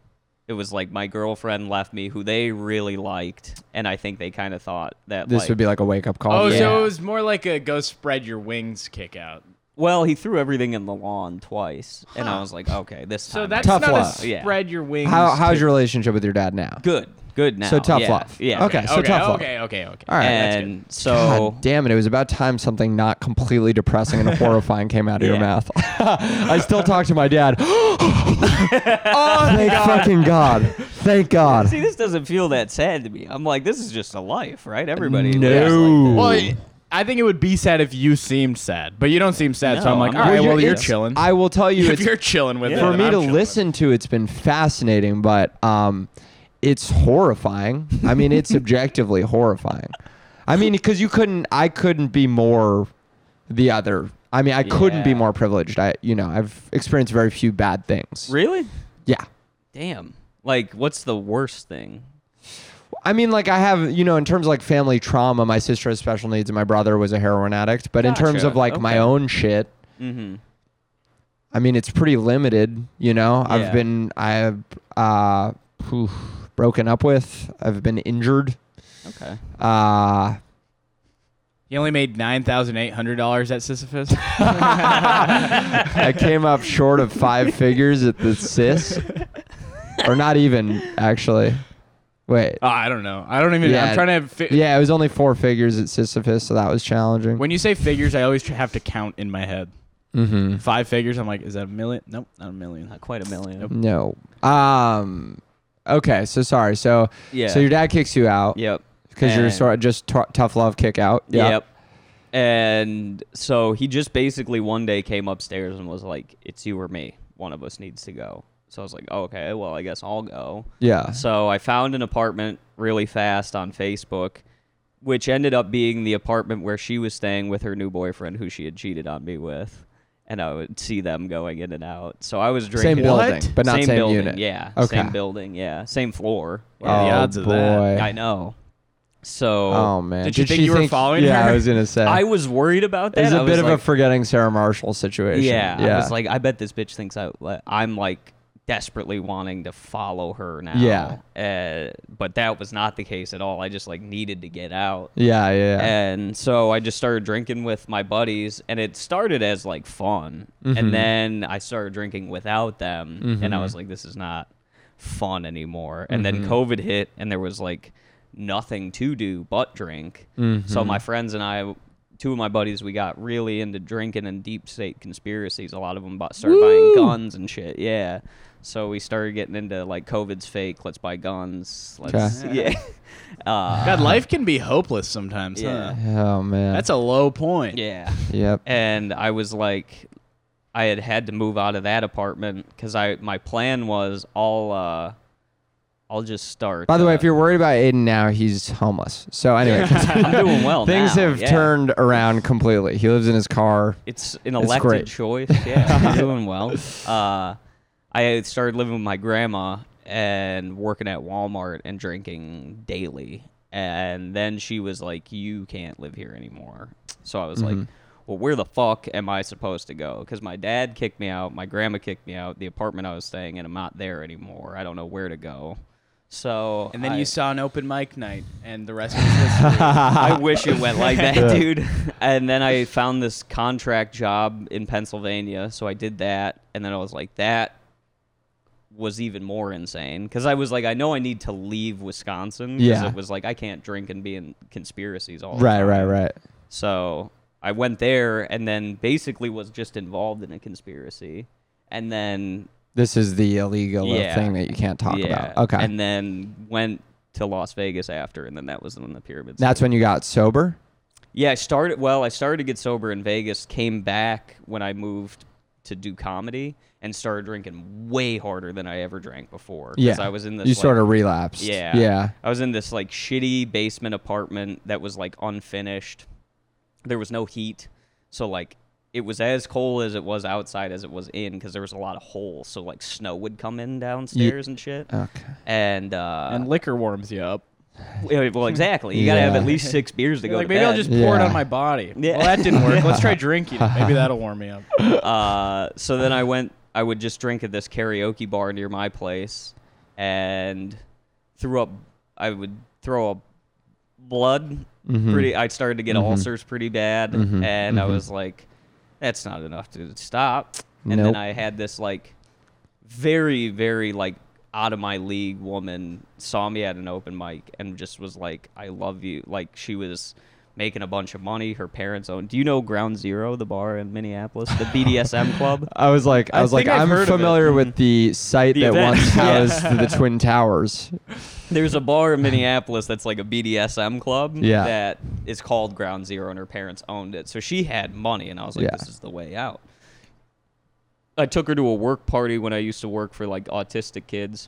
Speaker 3: it was like my girlfriend left me, who they really liked. And I think they kind of thought that
Speaker 2: This
Speaker 3: like,
Speaker 2: would be like a wake up call.
Speaker 1: Oh,
Speaker 2: yeah.
Speaker 1: so it was more like a go spread your wings kick out.
Speaker 3: Well, he threw everything in the lawn twice. And I was like, okay, this
Speaker 1: So
Speaker 3: time
Speaker 1: that's
Speaker 2: Tough
Speaker 1: not
Speaker 2: love.
Speaker 1: a
Speaker 3: Yeah.
Speaker 1: spread your wings.
Speaker 2: How, how's
Speaker 1: kick-
Speaker 2: your relationship with your dad now?
Speaker 3: good. Good now.
Speaker 2: So tough
Speaker 3: yeah.
Speaker 2: love.
Speaker 3: Yeah.
Speaker 2: Okay. so
Speaker 1: okay,
Speaker 2: tough love.
Speaker 1: okay, okay, okay.
Speaker 2: All right. that's good.
Speaker 3: And so.
Speaker 2: God damn it! It was about time something not completely depressing and horrifying came out of your
Speaker 3: Yeah.
Speaker 2: mouth. *laughs* *gasps* I still talk to my dad. oh, thank fucking god! Thank God.
Speaker 3: See, this doesn't feel that sad to me. I'm like, this is just a life, right? Everybody.
Speaker 2: No.
Speaker 3: lives like
Speaker 1: Well,
Speaker 2: Ooh.
Speaker 1: I- I think it would be sad if you seemed sad, but you don't seem sad, so
Speaker 3: No,
Speaker 1: I'm like,
Speaker 3: I'm
Speaker 1: all
Speaker 3: not.
Speaker 1: right,
Speaker 3: Well,
Speaker 1: well,
Speaker 2: you-
Speaker 1: you're
Speaker 2: it's-
Speaker 1: chilling. *laughs*
Speaker 2: I will tell you,
Speaker 1: if
Speaker 2: it's
Speaker 1: you're chilling with
Speaker 3: Yeah.
Speaker 1: it,
Speaker 2: for
Speaker 1: then
Speaker 2: me
Speaker 1: I'm
Speaker 2: to
Speaker 1: chilling with it.
Speaker 2: listen to it's been fascinating but um it's horrifying i mean
Speaker 3: *laughs*
Speaker 2: it's objectively horrifying i mean because you couldn't i couldn't be more the other i mean i couldn't be
Speaker 3: Yeah.
Speaker 2: more privileged i you know i've experienced very few bad things
Speaker 3: that. Really?
Speaker 2: yeah
Speaker 3: Damn. Like, what's the worst thing?
Speaker 2: I mean, like I have, you know, in terms of like family trauma, my sister has special needs and my brother was a heroin addict. But in terms
Speaker 3: Gotcha.
Speaker 2: of like my
Speaker 3: Okay.
Speaker 2: own shit,
Speaker 3: Mm-hmm.
Speaker 2: I mean, it's pretty limited, you know. I've
Speaker 3: Yeah.
Speaker 2: been I've uh phew, broken up with. I've been injured.
Speaker 3: Okay.
Speaker 2: Uh
Speaker 1: He only made nine thousand eight hundred dollars at Sisyphus.
Speaker 2: I came
Speaker 3: *laughs*
Speaker 2: up short of five figures at the cis. Or not even actually. Wait.
Speaker 1: Oh, I don't know. I don't even.
Speaker 2: Yeah.
Speaker 1: I'm trying to. Fi-
Speaker 2: Yeah, it was only four figures at Sisyphus, so that was challenging.
Speaker 1: When you say figures, I always tr- have to count in my head.
Speaker 2: mm-hmm.
Speaker 1: Five figures. I'm like, is that a million? Nope, not a million.
Speaker 3: Not quite a million.
Speaker 1: Nope.
Speaker 2: No. Um. Okay. So sorry. So
Speaker 3: Yeah.
Speaker 2: so your dad kicks you out
Speaker 3: Yep.
Speaker 2: because you're
Speaker 3: And-
Speaker 2: sort of just t- tough love kick out. Yeah.
Speaker 3: Yep. And so he just basically one day came upstairs and was like, "It's you or me. One of us needs to go." So I was like, oh, "Okay, well, I guess I'll go."
Speaker 2: Yeah.
Speaker 3: So I found an apartment really fast on Facebook, which ended up being the apartment where she was staying with her new boyfriend, who she had cheated on me with. And I would see them going in and out. So I was drinking.
Speaker 2: Same building,
Speaker 1: What?
Speaker 2: but not same,
Speaker 3: same, building,
Speaker 2: unit.
Speaker 3: yeah.
Speaker 2: Okay.
Speaker 3: Same building, yeah. Same floor.
Speaker 1: What are the
Speaker 2: Oh,
Speaker 1: odds of
Speaker 2: boy.
Speaker 1: that?
Speaker 3: I know. So
Speaker 2: Oh man.
Speaker 1: Did you think
Speaker 2: she
Speaker 1: you were following
Speaker 2: Yeah,
Speaker 1: her?
Speaker 2: I was gonna say.
Speaker 3: *laughs* I was worried about that.
Speaker 2: it was a
Speaker 3: I
Speaker 2: bit of a
Speaker 3: like-
Speaker 2: forgetting Sarah Marshall situation.
Speaker 3: yeah,
Speaker 2: Yeah.
Speaker 3: I was like, I bet this bitch thinks I, like, I'm like desperately wanting to follow her now.
Speaker 2: Yeah.
Speaker 3: Uh, but that was not the case at all. I just like needed to get out.
Speaker 2: yeah. Yeah. yeah.
Speaker 3: And so I just started drinking with my buddies, and it started as like fun. And then I started drinking without them, and I was like, this is not fun anymore. And then COVID hit, and there was like nothing to do but drink. So my friends and I, two of my buddies, we got really into drinking and deep state conspiracies. A lot of them bought, started buying guns and shit. Yeah. So we started getting into like COVID's fake. Let's buy guns. Let's *laughs* yeah. Uh,
Speaker 1: God, life can be hopeless sometimes.
Speaker 3: Yeah.
Speaker 1: Huh?
Speaker 2: oh man.
Speaker 1: That's a low point.
Speaker 3: yeah.
Speaker 2: Yep.
Speaker 3: and I was like, I had had to move out of that apartment because I my plan was I'll uh, I'll just start.
Speaker 2: By the way,
Speaker 3: uh,
Speaker 2: if you're worried about Aiden now, he's homeless. So anyway, *laughs*
Speaker 3: *laughs* I'm doing *laughs* well.
Speaker 2: things
Speaker 3: now,
Speaker 2: have
Speaker 3: yeah.
Speaker 2: turned around completely. He lives in his car.
Speaker 3: It's an
Speaker 2: It's
Speaker 3: elected
Speaker 2: great.
Speaker 3: choice.
Speaker 2: *laughs*
Speaker 3: Yeah, you're doing well. Uh, I started living with my grandma and working at Walmart and drinking daily. And then she was like, "You can't live here anymore." So I was like,
Speaker 2: Mm-hmm.
Speaker 3: "Well, where the fuck am I supposed to go?" Because my dad kicked me out, my grandma kicked me out, the apartment I was staying in, I'm not there anymore. I don't know where to go. So
Speaker 1: And then
Speaker 3: I,
Speaker 1: you saw an open mic night, and the rest was history.
Speaker 3: *laughs*
Speaker 2: *laughs*
Speaker 3: I wish it went like that, dude. And then I found this contract job in Pennsylvania, so I did that, and then I was like, that was even more insane because I was like, I know I need to leave Wisconsin. 'cause
Speaker 2: Yeah.
Speaker 3: it was like I can't drink and be in conspiracies all the
Speaker 2: Right.
Speaker 3: time.
Speaker 2: Right. Right.
Speaker 3: So I went there, and then basically was just involved in a conspiracy, and then
Speaker 2: This is the illegal uh,
Speaker 3: Yeah.
Speaker 2: thing that you can't talk
Speaker 3: yeah,
Speaker 2: about. Okay.
Speaker 3: and then went to Las Vegas after, and then that was when the pyramids.
Speaker 2: That's when you got sober.
Speaker 3: Yeah, I started. Well, I started to get sober in Vegas. Came back when I moved to do comedy and started drinking way harder than I ever drank before. 'cause
Speaker 2: Yeah,
Speaker 3: I was in this.
Speaker 2: You
Speaker 3: like-
Speaker 2: sort of relapsed.
Speaker 3: Yeah,
Speaker 2: yeah.
Speaker 3: I was in this like shitty basement apartment that was like unfinished. There was no heat, so like it was as cold as it was outside as it was in because there was a lot of holes. So like snow would come in downstairs and shit.
Speaker 2: Okay.
Speaker 3: and uh,
Speaker 1: and liquor warms you up.
Speaker 3: yeah, well, exactly. You gotta have
Speaker 2: Yeah. *laughs*
Speaker 3: at least six beers to
Speaker 1: You're
Speaker 3: go.
Speaker 1: like,
Speaker 3: to
Speaker 1: maybe
Speaker 3: bed.
Speaker 1: I'll just pour it
Speaker 2: Yeah.
Speaker 1: on my body.
Speaker 3: Yeah.
Speaker 1: Well, that didn't work.
Speaker 3: *laughs*
Speaker 1: Let's try drinking. it. Maybe that'll warm me up.
Speaker 3: uh, so then I went. I would just drink at this karaoke bar near my place, and threw up. I would throw up blood. Pretty. I started to get ulcers pretty bad, and I was like, "That's not enough to stop." And
Speaker 2: Nope.
Speaker 3: then I had this like very, very like out of my league woman saw me at an open mic and just was like, I love you. Like she was making a bunch of money. Her parents own. Do you know Ground Zero, the bar in Minneapolis, the
Speaker 1: *laughs*
Speaker 3: BDSM club?
Speaker 2: I was like, I
Speaker 1: I
Speaker 2: was like,
Speaker 1: think I've heard
Speaker 2: I'm
Speaker 1: of it.
Speaker 2: familiar with the site
Speaker 3: The
Speaker 2: that
Speaker 3: event.
Speaker 2: once
Speaker 3: Yeah.
Speaker 2: housed the Twin Towers.
Speaker 3: There's a bar in Minneapolis that's like a BDSM club
Speaker 2: Yeah.
Speaker 3: that is called Ground Zero, and her parents owned it. So she had money, and I was like,
Speaker 2: Yeah.
Speaker 3: this is the way out. I took her to a work party when I used to work for like autistic kids,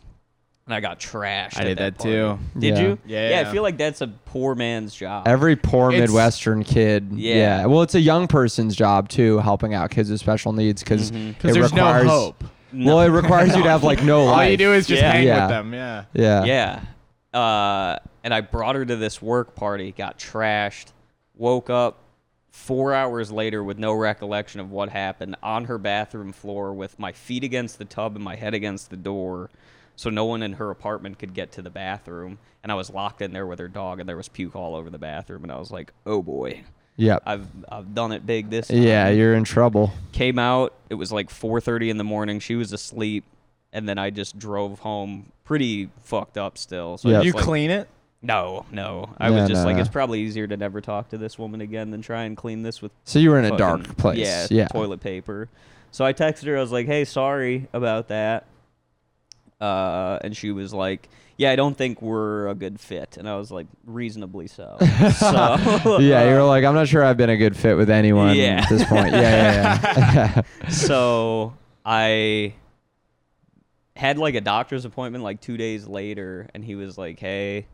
Speaker 3: and I got trashed.
Speaker 1: I
Speaker 3: at
Speaker 1: did that
Speaker 3: party.
Speaker 1: too.
Speaker 3: Did
Speaker 2: Yeah.
Speaker 3: you?
Speaker 1: Yeah,
Speaker 3: yeah.
Speaker 1: yeah.
Speaker 3: I feel like that's a poor man's job.
Speaker 2: Every poor
Speaker 1: It's-
Speaker 2: Midwestern kid.
Speaker 3: Yeah.
Speaker 2: Well, it's a young person's job too, helping out kids with special needs because it
Speaker 1: Because there's
Speaker 2: requires.
Speaker 1: no hope.
Speaker 3: No.
Speaker 2: Well, it requires you to have like
Speaker 1: *laughs*
Speaker 2: no
Speaker 1: All
Speaker 2: life.
Speaker 1: you do is just
Speaker 3: Yeah.
Speaker 1: hang
Speaker 2: Yeah.
Speaker 1: with them. Yeah.
Speaker 2: Yeah.
Speaker 3: Yeah. Uh, and I brought her to this work party, got trashed, woke up four hours later with no recollection of what happened on her bathroom floor with my feet against the tub and my head against the door. So no one in her apartment could get to the bathroom. And I was locked in there with her dog, and there was puke all over the bathroom. And I was like, oh boy.
Speaker 2: Yep.
Speaker 3: I've I've done it big this time
Speaker 2: Yeah. You're in trouble.
Speaker 3: came out it was like 4.30 in the morning she was asleep and then i just drove home pretty fucked up still so I
Speaker 2: Yeah.
Speaker 3: was
Speaker 1: You
Speaker 3: like,
Speaker 1: clean it?
Speaker 3: no no i
Speaker 2: No,
Speaker 3: was just
Speaker 2: no,
Speaker 3: like
Speaker 2: no.
Speaker 3: it's probably easier to never talk to this woman again than try and clean this with
Speaker 2: So you were in a
Speaker 3: fucking-
Speaker 2: dark place.
Speaker 3: yeah,
Speaker 2: Yeah.
Speaker 3: toilet paper so i texted her i was like hey sorry about that uh, and she was like yeah i don't think we're a good fit and i was like
Speaker 2: *laughs*
Speaker 3: reasonably so so
Speaker 2: Yeah, you're like, I'm not sure I've been a good fit with anyone
Speaker 3: Yeah.
Speaker 2: at this point. Yeah, yeah, yeah.
Speaker 3: so I had like a doctor's appointment like two days later, and he was like, "Hey,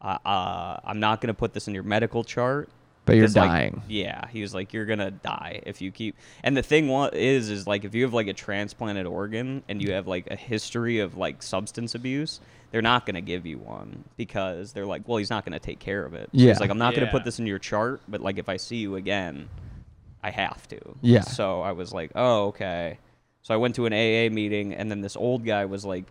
Speaker 3: uh, uh, I'm not gonna put this in your medical chart."
Speaker 2: but you're
Speaker 3: 'cause, like,
Speaker 2: dying.
Speaker 3: yeah, he was like, "You're gonna die if you keep." And the thing wa- is, is like if you have like a transplanted organ and you have like a history of like substance abuse, they're not gonna give you one because they're like, "Well, he's not gonna take care of it." He's
Speaker 2: Yeah.
Speaker 3: like I'm not gonna
Speaker 1: Yeah.
Speaker 3: put this in your chart, but like if I see you again, I have to.
Speaker 2: Yeah.
Speaker 3: So I was like, oh, okay. So I went to an AA meeting, and then this old guy was like,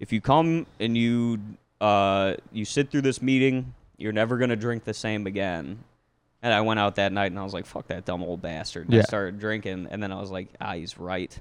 Speaker 3: if you come and you uh, you sit through this meeting, you're never gonna drink the same again. And I went out that night, and I was like, fuck that dumb old bastard. And
Speaker 2: Yeah.
Speaker 3: I started drinking, and then I was like, ah, he's right.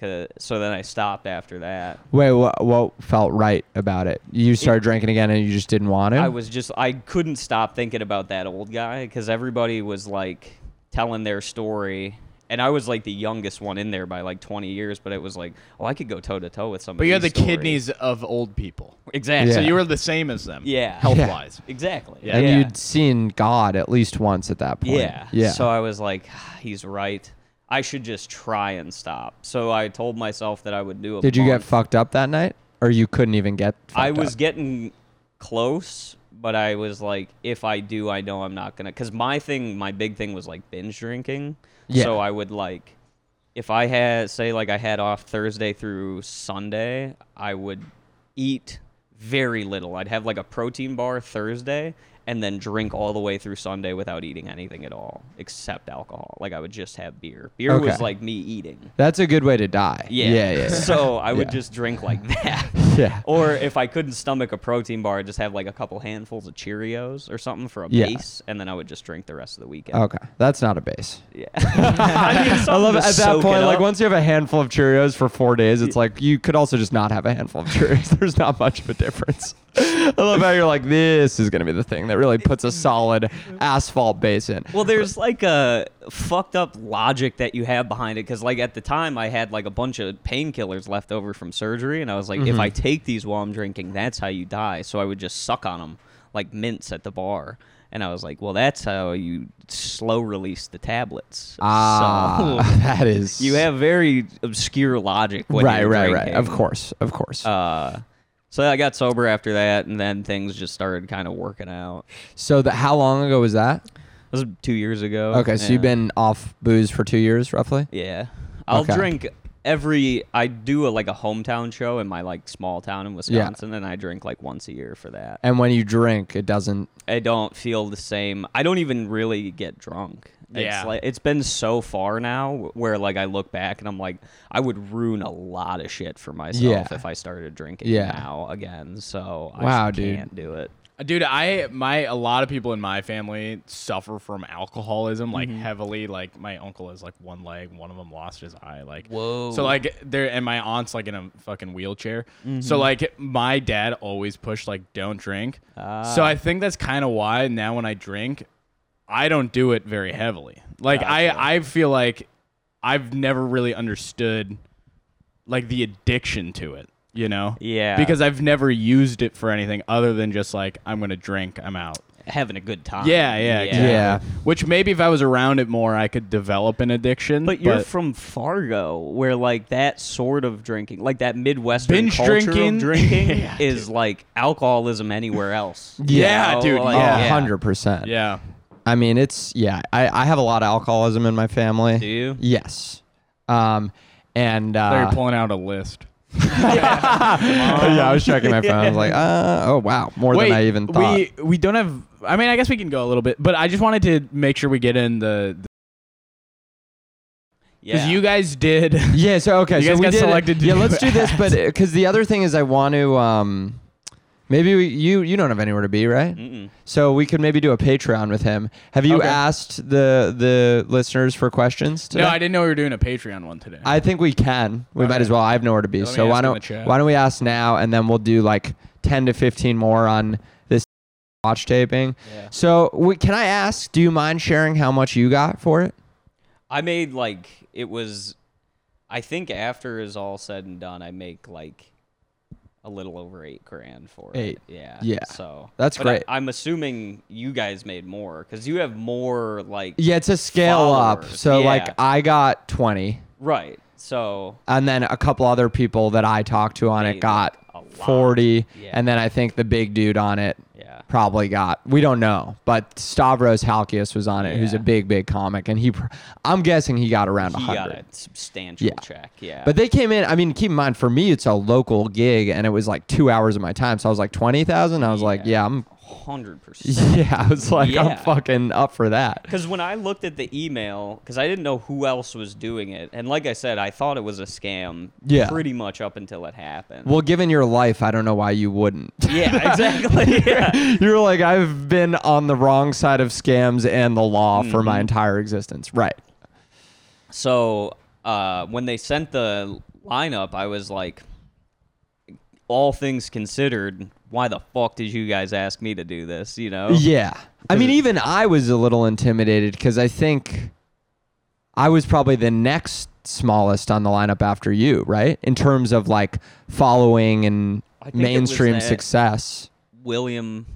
Speaker 3: 'Cause- So then I stopped after that.
Speaker 2: Wait, what, what felt right about it? You started drinking again and you just didn't want to?
Speaker 3: I was just I couldn't stop thinking about that old guy because everybody was like telling their story, and I was like the youngest one in there by like 20 years. But it was like, oh, I could go toe to toe with somebody.
Speaker 1: But you had the kidneys of old people.
Speaker 3: exactly.
Speaker 1: So
Speaker 2: Yeah.
Speaker 1: you were the same as them.
Speaker 3: Yeah.
Speaker 1: Health
Speaker 2: Yeah.
Speaker 1: wise.
Speaker 3: exactly.
Speaker 1: Yeah.
Speaker 2: and
Speaker 3: yeah.
Speaker 2: you'd seen God at least once at that point.
Speaker 3: Yeah.
Speaker 2: Yeah.
Speaker 3: So I was like, *sighs* "Ah, he's right. I should just try and stop. So I told myself that I would do a.
Speaker 2: Did you get
Speaker 3: month.
Speaker 2: fucked up that night? Or you couldn't even get fucked
Speaker 3: I was
Speaker 2: up?
Speaker 3: getting close, but I was like, if I do, I know I'm not gonna. Cause my thing, my big thing was like binge drinking.
Speaker 2: Yeah.
Speaker 3: So I would like, if I had say like I had off Thursday through Sunday, I would eat very little. I'd have like a protein bar Thursday and then drink all the way through Sunday without eating anything at all except alcohol. Like I would just have beer. Beer was
Speaker 2: Okay.
Speaker 3: like me eating.
Speaker 2: That's a good way to die.
Speaker 3: Yeah.
Speaker 2: Yeah, yeah.
Speaker 3: *laughs* So I would
Speaker 2: Yeah.
Speaker 3: just
Speaker 2: *laughs*
Speaker 3: drink like that.
Speaker 2: Yeah.
Speaker 3: Or if I couldn't stomach a protein bar, I'd just have like a couple handfuls of Cheerios or something for a
Speaker 2: Yeah.
Speaker 3: base, and then I would just drink the rest of the weekend.
Speaker 2: Okay. That's not a
Speaker 3: *laughs*
Speaker 2: base.
Speaker 3: Yeah. I, mean,
Speaker 2: *laughs* I love it. At that point, like
Speaker 3: once.
Speaker 2: once you have a handful of Cheerios for four days, it's like you could also just not have a handful of Cheerios. *laughs* There's not much of a difference. *laughs* I love how you're like, this is gonna be the thing that really puts a solid asphalt base in.
Speaker 3: Well, there's like a fucked up logic that you have behind it because, like, at the time I had like a bunch of painkillers left over from surgery, and I was like, if
Speaker 2: Mm-hmm.
Speaker 3: I take these while I'm drinking, that's how you die. So I would just suck on them like mints at the bar. And I was like, well, that's how you slow release the tablets.
Speaker 2: Ah, *laughs*
Speaker 3: So
Speaker 2: that is
Speaker 3: *laughs* you have very obscure logic when
Speaker 2: right,
Speaker 3: you're
Speaker 2: right, right.
Speaker 3: drinking.
Speaker 2: Of course, of course.
Speaker 3: Uh, so I got sober after that, and then things just started kind of working out.
Speaker 2: so that how long ago was that?
Speaker 3: This was two years ago.
Speaker 2: Okay, so you've
Speaker 3: yeah.
Speaker 2: been off booze for two years, roughly.
Speaker 3: Yeah. I'll
Speaker 2: Okay.
Speaker 3: drink every I do a like a hometown show in my like small town in Wisconsin and I drink like once a year for that.
Speaker 2: And when you drink, it doesn't.
Speaker 3: I don't feel the same. I don't even really get drunk.
Speaker 1: Yeah.
Speaker 3: It's like it's been so far now wh- where like I look back and I'm like I would ruin a lot of shit for myself
Speaker 2: Yeah.
Speaker 3: if I started drinking
Speaker 2: Yeah.
Speaker 3: now again. So I
Speaker 2: Wow,
Speaker 3: just
Speaker 2: dude.
Speaker 3: can't do it.
Speaker 1: Dude, I my a lot of people in my family suffer from alcoholism, like heavily. Like my uncle is like one leg, one of them lost his eye. Like
Speaker 3: Whoa.
Speaker 1: So like there, and my aunt's like in a fucking wheelchair. So like my dad always pushed like don't drink. so I think that's kind of why now when I drink, I don't do it very heavily. Like I, I feel like I've never really understood like the addiction to it, you know?
Speaker 3: Yeah.
Speaker 1: Because I've never used it for anything other than just like I'm gonna drink, I'm out.
Speaker 3: having a good time.
Speaker 1: Yeah, yeah, exactly.
Speaker 2: Yeah.
Speaker 1: Which maybe if I was around it more, I could develop an addiction.
Speaker 3: But you're from Fargo, where like that sort of drinking, like that Midwestern
Speaker 1: Binge
Speaker 3: culture of
Speaker 1: drinking?
Speaker 3: drinking
Speaker 1: Yeah,
Speaker 3: is like alcoholism anywhere else.
Speaker 1: Yeah,
Speaker 3: You know,
Speaker 1: dude,
Speaker 3: like,
Speaker 1: yeah.
Speaker 2: Oh, 100%.
Speaker 1: yeah,
Speaker 2: I mean, it's yeah. I, I have a lot of alcoholism in my family.
Speaker 3: Do you?
Speaker 2: Yes. Um, and
Speaker 1: so you're
Speaker 2: uh, *laughs*
Speaker 1: pulling out a list.
Speaker 2: yeah, I was checking my phone.
Speaker 1: *laughs*
Speaker 2: I was like, uh, oh wow, more than I even thought.
Speaker 1: we we don't have. I mean, I guess we can go a little bit, but I just wanted to make sure we get in the because
Speaker 3: Yeah.
Speaker 1: you guys did.
Speaker 2: yeah. So okay,
Speaker 1: You
Speaker 2: so
Speaker 1: guys
Speaker 2: we
Speaker 1: got
Speaker 2: did,
Speaker 1: selected to
Speaker 2: Yeah,
Speaker 1: do
Speaker 2: let's do this, but
Speaker 1: ads.
Speaker 2: because the other thing is, I want to. Um, maybe we, you you don't have anywhere to be, right?
Speaker 3: Mm-mm.
Speaker 2: So we could maybe do a Patreon with him. Have you
Speaker 1: Okay.
Speaker 2: asked the the listeners for questions? Today?
Speaker 1: *laughs* No, I didn't know we were doing a Patreon one today.
Speaker 2: I think we can. We might
Speaker 1: Okay.
Speaker 2: as well. I have nowhere to be.
Speaker 1: Let me
Speaker 2: so
Speaker 1: ask
Speaker 2: why
Speaker 1: in the
Speaker 2: don't
Speaker 1: chat.
Speaker 2: why don't we ask now and then we'll do like ten to fifteen more on this watch taping.
Speaker 3: Yeah.
Speaker 2: So we, can I ask? Do you mind sharing how much you got for it?
Speaker 3: I made like it was. I think after is all said and done, I make like a little over eight grand for
Speaker 2: Eight.
Speaker 3: it. Yeah.
Speaker 2: Yeah.
Speaker 3: So
Speaker 2: That's
Speaker 3: but I-
Speaker 2: great.
Speaker 3: I'm assuming you guys made more because you have more like
Speaker 2: Yeah, it's a scale up.
Speaker 3: Followers,
Speaker 2: So
Speaker 3: yeah.
Speaker 2: like I got twenty,
Speaker 3: right. So
Speaker 2: and then a couple other people that I talked to on
Speaker 3: Made,
Speaker 2: it got
Speaker 3: like, a lot.
Speaker 2: forty,
Speaker 3: Yeah.
Speaker 2: and then I think the big dude on it
Speaker 3: yeah.
Speaker 2: probably got we don't know but stavros halkias was on it who's a
Speaker 3: Yeah.
Speaker 2: big big comic and he pr- i'm guessing he got around
Speaker 3: He
Speaker 2: 100
Speaker 3: got a substantial
Speaker 2: Yeah.
Speaker 3: check. Yeah.
Speaker 2: But they came in. I mean, keep in mind, for me, it's a local gig, and it was like two hours of my time. So I was like twenty thousand. I was like, yeah, I'm, *laughs*
Speaker 3: hundred percent.
Speaker 2: yeah, I was like, I'm
Speaker 3: Yeah.
Speaker 2: fucking up for that.
Speaker 3: Because when I looked at the email, because I didn't know who else was doing it, and like I said, I thought it was a scam.
Speaker 2: Yeah.
Speaker 3: Pretty much up until it happened.
Speaker 2: Well, given your life, I don't know why you wouldn't. *laughs*
Speaker 3: yeah, exactly. Yeah.
Speaker 2: You're like, I've been on the wrong side of scams and the law
Speaker 3: Mm-hmm.
Speaker 2: for my entire existence. Right.
Speaker 3: So uh, when they sent the lineup, I was like, all things considered, why the fuck did you guys ask me to do this? You know?
Speaker 2: Yeah. I mean, even I was a little intimidated because I think I was probably the next smallest on the lineup after you, right? In terms of like following and
Speaker 3: I think it was
Speaker 2: mainstream
Speaker 3: that-
Speaker 2: success.
Speaker 3: William.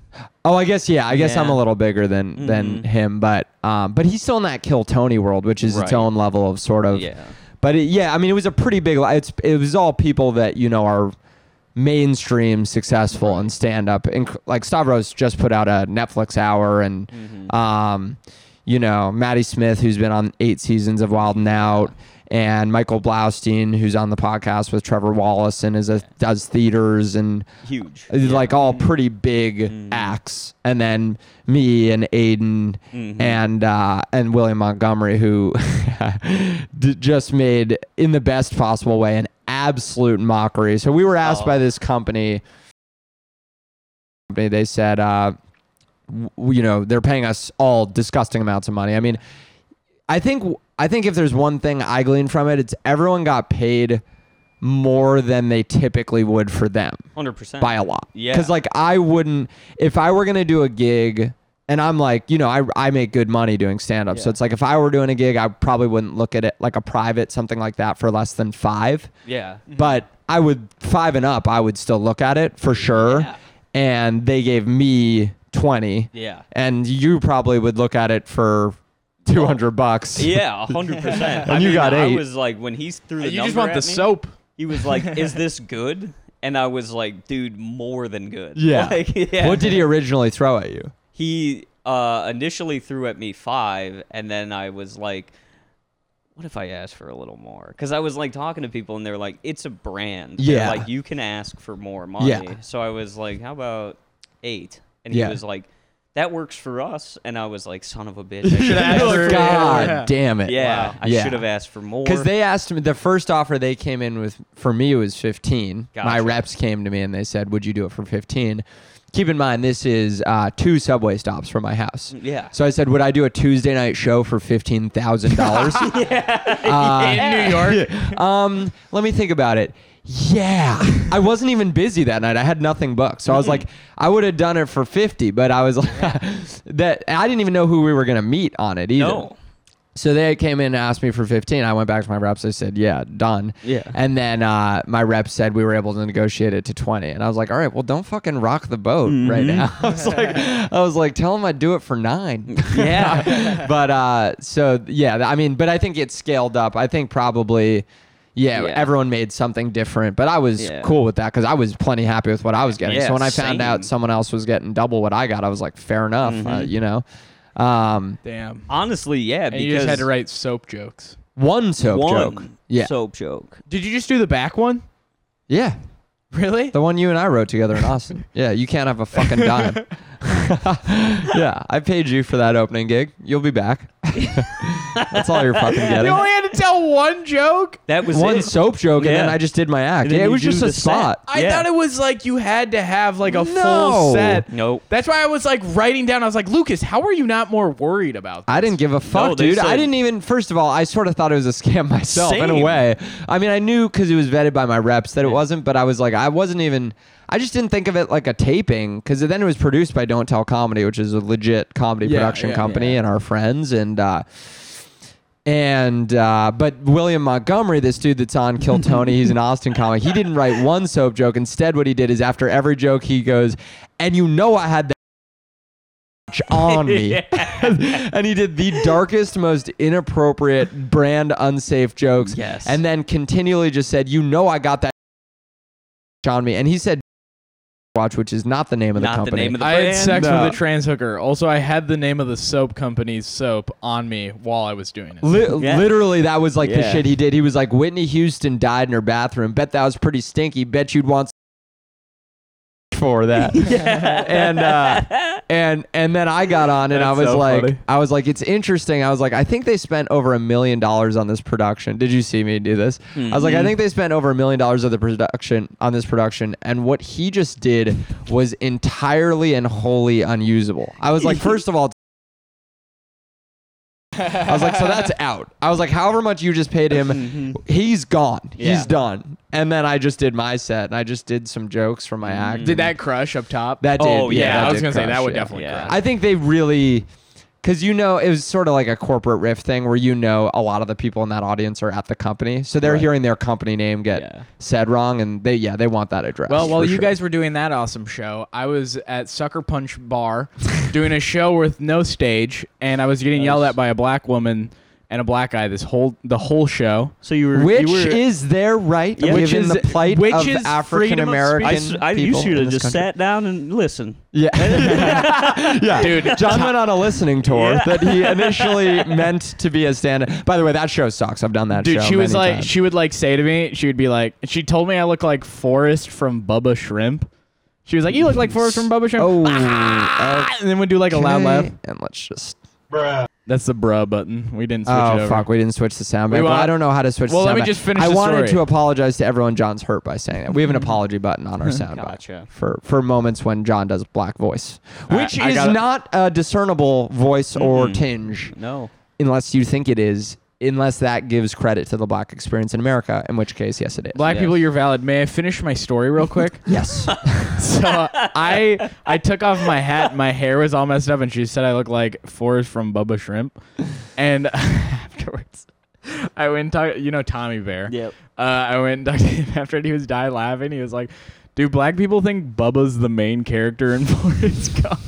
Speaker 2: Oh, I guess yeah. I guess I'm
Speaker 3: Yeah. Mm-hmm.
Speaker 2: a little bigger than than him, but um, but he's still in that Kill Tony world, which is its
Speaker 3: Right.
Speaker 2: own level of sort of.
Speaker 3: Yeah.
Speaker 2: But it, yeah, I mean, it was a pretty big. li- It's it was all people that you know are mainstream successful and stand up. And like Stavros just put out a Netflix hour, and
Speaker 3: Mm-hmm.
Speaker 2: um, you know Maddie Smith, who's been on eight seasons of Wild and Out. And Michael Blaustein, who's on the podcast with Trevor Wallace and is a, does theaters and
Speaker 3: Huge.
Speaker 2: like all pretty big acts, and then me and Aiden
Speaker 3: Mm. Mm-hmm.
Speaker 2: and uh, and William Montgomery, who *laughs* d- just made in the best possible way an absolute mockery. So we were asked
Speaker 3: Oh.
Speaker 2: by this company. They said, uh, w- you know, they're paying us all disgusting amounts of money. I mean, I think I think if there's one thing I glean from it, it's everyone got paid more than they typically would for them
Speaker 3: Hundred percent.
Speaker 2: by a lot.
Speaker 3: Yeah.
Speaker 2: Because like I wouldn't if I were gonna do a gig and I'm like, you know, I, I make good money doing stand up. So
Speaker 3: Yeah.
Speaker 2: it's like if I were doing a gig, I probably wouldn't look at it like a private, something like that for less than five. *laughs*
Speaker 3: Yeah.
Speaker 2: But I would five and up, I would still look at it for sure.
Speaker 3: Yeah.
Speaker 2: And they gave me twenty.
Speaker 3: Yeah.
Speaker 2: And you probably would look at it for two hundred bucks.
Speaker 3: Yeah, hundred percent. I
Speaker 2: And you
Speaker 3: mean,
Speaker 2: got
Speaker 3: I
Speaker 2: eight.
Speaker 3: was like, when he threw the
Speaker 1: Uh, you just
Speaker 3: number
Speaker 1: want
Speaker 3: at
Speaker 1: the
Speaker 3: me,
Speaker 1: soap.
Speaker 3: He was like,
Speaker 2: *laughs*
Speaker 3: "Is this good?" And I was like, "Dude, more than good."
Speaker 2: Yeah.
Speaker 3: *laughs* Like, yeah.
Speaker 2: What did he originally throw at you?
Speaker 3: He uh, initially threw at me five, and then I was like, "What if I ask for a little more?" Because I was like talking to people, and they're like, "It's a brand. They're
Speaker 2: Yeah.
Speaker 3: like you can ask for more money."
Speaker 2: Yeah.
Speaker 3: So I was like, "How about eight? And he
Speaker 2: Yeah.
Speaker 3: was like, "That works for us." And I was like, "Son of
Speaker 2: *laughs*
Speaker 3: a bitch!" I should've
Speaker 1: asked
Speaker 3: asked
Speaker 1: for-
Speaker 3: for-
Speaker 2: God
Speaker 1: Yeah.
Speaker 2: damn it.
Speaker 3: yeah, I
Speaker 2: Yeah.
Speaker 3: should have asked for more.
Speaker 2: Because they asked me the first offer they came in with for me was fifteen. My
Speaker 3: Gotcha.
Speaker 2: reps came to me and they said, "Would you do it for 15? Keep in mind this is uh, two subway stops from my house.
Speaker 3: Mm, yeah.
Speaker 2: So I said, "Would I do a Tuesday night show for fifteen
Speaker 3: *laughs*
Speaker 2: thousand dollars?"
Speaker 1: in New York.
Speaker 2: *laughs* Um, let me think about it. yeah, I wasn't even busy that night. I had nothing booked. So I was like, I would have done it for 50, but I was like, *laughs* that I didn't even know who we were going to meet on it *laughs* either.
Speaker 3: No.
Speaker 2: So they came in and asked me for 15. I went back to my reps. I said, yeah, done.
Speaker 3: Yeah.
Speaker 2: And then uh, my rep said we were able to negotiate it to 20. And I was like, all right, well, don't fucking rock the boat right
Speaker 3: Mm-hmm.
Speaker 2: now. *laughs* I was like, I was like, tell them I'd do it for nine.
Speaker 3: *laughs*
Speaker 2: *laughs*
Speaker 3: Yeah.
Speaker 2: but uh, so, yeah, I mean, but I think it scaled up. I think probably, yeah,
Speaker 3: Yeah.
Speaker 2: everyone made something different. But I was
Speaker 3: Yeah.
Speaker 2: cool with that because I was plenty happy with what I was getting.
Speaker 3: Yeah,
Speaker 2: so when I found out
Speaker 3: same.
Speaker 2: someone else was getting double what I got, I was like, fair enough, uh,
Speaker 3: Mm-hmm.
Speaker 2: you know? Um,
Speaker 1: Damn.
Speaker 3: Honestly, yeah,
Speaker 1: And
Speaker 3: because
Speaker 1: you just had to write soap jokes.
Speaker 2: one soap
Speaker 3: one
Speaker 2: joke. Yeah.
Speaker 3: soap joke.
Speaker 1: Did you just do the back one? *laughs*
Speaker 2: Yeah.
Speaker 1: Really?
Speaker 2: The one you and I wrote together
Speaker 3: *laughs*
Speaker 2: in Austin. yeah, you can't have a fucking dime. yeah, I paid you for that opening gig. You'll be
Speaker 3: *laughs*
Speaker 2: back. That's all you're fucking
Speaker 1: You
Speaker 2: getting.
Speaker 1: only had to tell one joke?
Speaker 3: That was
Speaker 2: One
Speaker 3: it.
Speaker 2: soap joke, and then
Speaker 3: Yeah.
Speaker 2: I just did my act.
Speaker 3: And then
Speaker 2: Yeah, it
Speaker 3: you
Speaker 2: was
Speaker 3: do
Speaker 2: just a
Speaker 3: the set.
Speaker 2: spot.
Speaker 1: I
Speaker 3: Yeah.
Speaker 1: thought it was like you had to have like a
Speaker 2: No.
Speaker 1: full *laughs* set.
Speaker 3: *laughs* Nope.
Speaker 1: That's why I was like writing down. I was like, Lucas, how are you not more worried about this?
Speaker 2: I didn't give a fuck,
Speaker 3: No, they
Speaker 2: dude. I
Speaker 3: said-
Speaker 2: didn't even. First of all, I sort of thought it was a scam *laughs* myself in a
Speaker 3: Same.
Speaker 2: way. I mean, I knew because it was vetted by my reps that it wasn't, but I was like, I wasn't even. I just didn't think of it like a taping because then it was produced by Don't Tell Comedy, which is a legit comedy
Speaker 1: Yeah,
Speaker 2: production
Speaker 1: yeah,
Speaker 2: company and our friends and. uh and uh, but William Montgomery, this dude that's
Speaker 1: *laughs*
Speaker 2: on Kill Tony, he's an Austin comic. He didn't write one soap joke. Instead, what he did is after every joke, he goes, "And you know I had that *laughs*
Speaker 1: *laughs*
Speaker 2: on me." and he did the darkest, most inappropriate, brand unsafe jokes.
Speaker 3: Yes.
Speaker 2: And then continually just said, "You know, I got that *laughs* on me." And he said, "Watch," which is not the name of the
Speaker 3: Not the
Speaker 2: company.
Speaker 3: name of the
Speaker 1: I had
Speaker 3: brand.
Speaker 1: sex
Speaker 2: No.
Speaker 1: with a trans hooker. Also, I had the name of the soap company's soap on me while I was doing it.
Speaker 2: Li-
Speaker 3: *laughs* Yeah.
Speaker 2: Literally, that was like the
Speaker 3: Yeah.
Speaker 2: shit he did. He was like, Whitney Houston died in her bathroom. Bet that was pretty stinky. Bet you'd want s- for
Speaker 3: *laughs*
Speaker 2: that. And uh, and and then I got on and I
Speaker 3: That's
Speaker 2: was
Speaker 3: so
Speaker 2: like,
Speaker 3: funny.
Speaker 2: I was like, it's interesting. I was like, I think they spent over a million dollars on this production. Did you see me do this? I was like,
Speaker 3: Mm-hmm.
Speaker 2: I think they spent over a million dollars of the production on this production, and what he just did was entirely and wholly unusable. I was like, first of all, I was like,
Speaker 1: *laughs*
Speaker 2: so that's out. I was like, however much you just paid
Speaker 1: Mm-hmm.
Speaker 2: him, he's gone. He's
Speaker 3: Yeah.
Speaker 2: done. And then I just did my set and I just did some jokes from my act.
Speaker 1: Did that crush up top?
Speaker 2: That did.
Speaker 3: Oh, yeah,
Speaker 2: that
Speaker 1: I was
Speaker 2: did
Speaker 1: gonna say that
Speaker 2: crush,
Speaker 1: would
Speaker 2: yeah.
Speaker 1: definitely
Speaker 3: Yeah.
Speaker 1: crush.
Speaker 2: I think they really, because you know, it was sort of like a corporate riff thing where you know a lot of the people in that audience are at the company, so they're hearing their company name get
Speaker 3: Yeah.
Speaker 2: said wrong, and they yeah they want that address.
Speaker 1: Well, while
Speaker 2: for
Speaker 1: you
Speaker 2: sure.
Speaker 1: guys were doing that awesome show, I was at Sucker Punch Bar *laughs* doing a show with no stage, and I was getting yelled at by a black woman and a black guy this whole the whole
Speaker 2: *laughs*
Speaker 1: show.
Speaker 3: so you were
Speaker 2: which
Speaker 3: you were,
Speaker 2: is their right,
Speaker 3: Yeah.
Speaker 2: given
Speaker 3: Which
Speaker 1: is-
Speaker 2: the plight
Speaker 1: which
Speaker 2: of
Speaker 1: is freedom of
Speaker 2: African American
Speaker 3: I,
Speaker 2: people.
Speaker 3: s- I- you should
Speaker 2: in
Speaker 3: have
Speaker 2: this
Speaker 3: just
Speaker 2: country.
Speaker 3: sat down and listened.
Speaker 1: *laughs*
Speaker 2: Yeah. *laughs* yeah.
Speaker 1: Dude,
Speaker 2: John went on
Speaker 1: *laughs*
Speaker 2: a listening tour
Speaker 3: Yeah.
Speaker 2: that he initially meant to be a stand By the way, that show sucks. I've done that
Speaker 1: Dude,
Speaker 2: show
Speaker 1: she was
Speaker 2: many
Speaker 1: like,
Speaker 2: times.
Speaker 1: she would like say to me, she would be like, she told me I look like Forrest from Bubba Shrimp. She was like, you look like Forrest from Bubba Shrimp.
Speaker 2: oh,
Speaker 1: Ah! *laughs* and then would do like a loud
Speaker 2: okay.
Speaker 1: laugh.
Speaker 2: And let's just.
Speaker 1: That's the bruh button. We didn't switch it
Speaker 2: Oh,
Speaker 1: over.
Speaker 2: fuck. We didn't switch the sound
Speaker 1: We
Speaker 2: back. Well,
Speaker 1: want-
Speaker 2: I don't know how to switch
Speaker 1: Well,
Speaker 2: the
Speaker 1: let
Speaker 2: sound
Speaker 1: me
Speaker 2: back.
Speaker 1: just finish
Speaker 2: I
Speaker 1: the
Speaker 2: wanted
Speaker 1: story.
Speaker 2: to apologize to everyone. John's hurt by saying that. We *laughs* have an apology button on our sound
Speaker 3: Gotcha.
Speaker 2: back for, for moments when John does black voice, which
Speaker 1: I- I
Speaker 2: is
Speaker 1: gotta-
Speaker 2: not a discernible voice or tinge.
Speaker 3: No.
Speaker 2: unless you think it is, unless that gives credit to the black experience in America, in which case, yes, it is.
Speaker 1: Black
Speaker 3: Yes.
Speaker 1: people, you're valid. May I finish my story real quick?
Speaker 2: Yes. *laughs*
Speaker 1: so *laughs* I I took off my hat. My hair was all messed up, and she said I look like Forrest from Bubba Shrimp. And *laughs* afterwards, I went and talked. You know Tommy Bear.
Speaker 3: Yep.
Speaker 1: Uh, I went and talked to him *laughs* after, and he was die laughing. He was like, "Do black people think Bubba's the main character in *laughs* Forrest Gump?"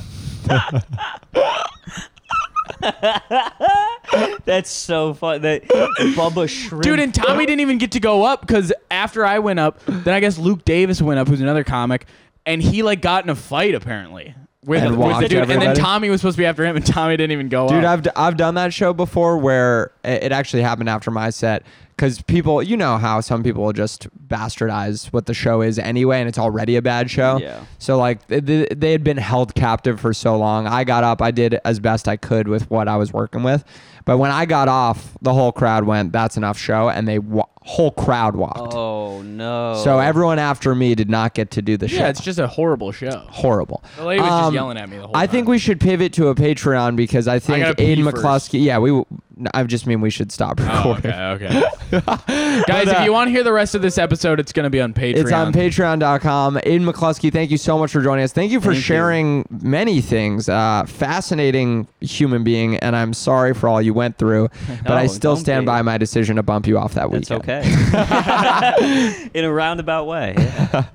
Speaker 3: That's so fun. That Bubba Shrimp.
Speaker 1: Dude, and Tommy didn't even get to go up because after I went up, then I guess Luke Davis went up, who's another comic, and he like got in a fight apparently with,
Speaker 2: And
Speaker 1: with
Speaker 2: walked
Speaker 1: the dude, and then
Speaker 2: everybody?
Speaker 1: Tommy was supposed to be after him, and Tommy didn't even go
Speaker 2: Dude,
Speaker 1: up.
Speaker 2: I've, d- I've done that show before where i- it actually happened after my set because people, you know how some people will just bastardize what the show is anyway, and it's already a bad show.
Speaker 3: Yeah.
Speaker 2: So, like, th- th- they had been held captive for so long. I got up, I did as best I could with what I was working with. But when I got off, the whole crowd went, that's enough show, and they wa- whole crowd walked.
Speaker 3: Oh no.
Speaker 2: So, everyone after me did not get to do the show.
Speaker 1: yeah, it's just a horrible show.
Speaker 2: horrible.
Speaker 1: The lady was just
Speaker 2: Um,
Speaker 1: yelling at me the whole
Speaker 2: I
Speaker 1: time.
Speaker 2: think we should pivot to a Patreon because I think
Speaker 1: gotta pee
Speaker 2: Aiden
Speaker 1: first.
Speaker 2: McCluskey. Yeah, we w- No, I just mean we should stop
Speaker 1: Oh,
Speaker 2: recording.
Speaker 1: okay, okay.
Speaker 2: *laughs*
Speaker 1: Guys, if you want to hear the rest of this episode, it's going to be on Patreon.
Speaker 2: uh, It's on patreon.com. Aiden McCluskey, thank you so much for joining us. Thank you for
Speaker 1: Thank you.
Speaker 2: sharing many things. Uh, fascinating human being, and I'm sorry for all you went through,
Speaker 1: *laughs*
Speaker 2: but I
Speaker 3: No,
Speaker 2: still
Speaker 3: don't
Speaker 2: stand
Speaker 3: be.
Speaker 2: by my decision to bump you off that
Speaker 3: That's
Speaker 2: weekend.
Speaker 3: *laughs* okay. In a roundabout way. yeah.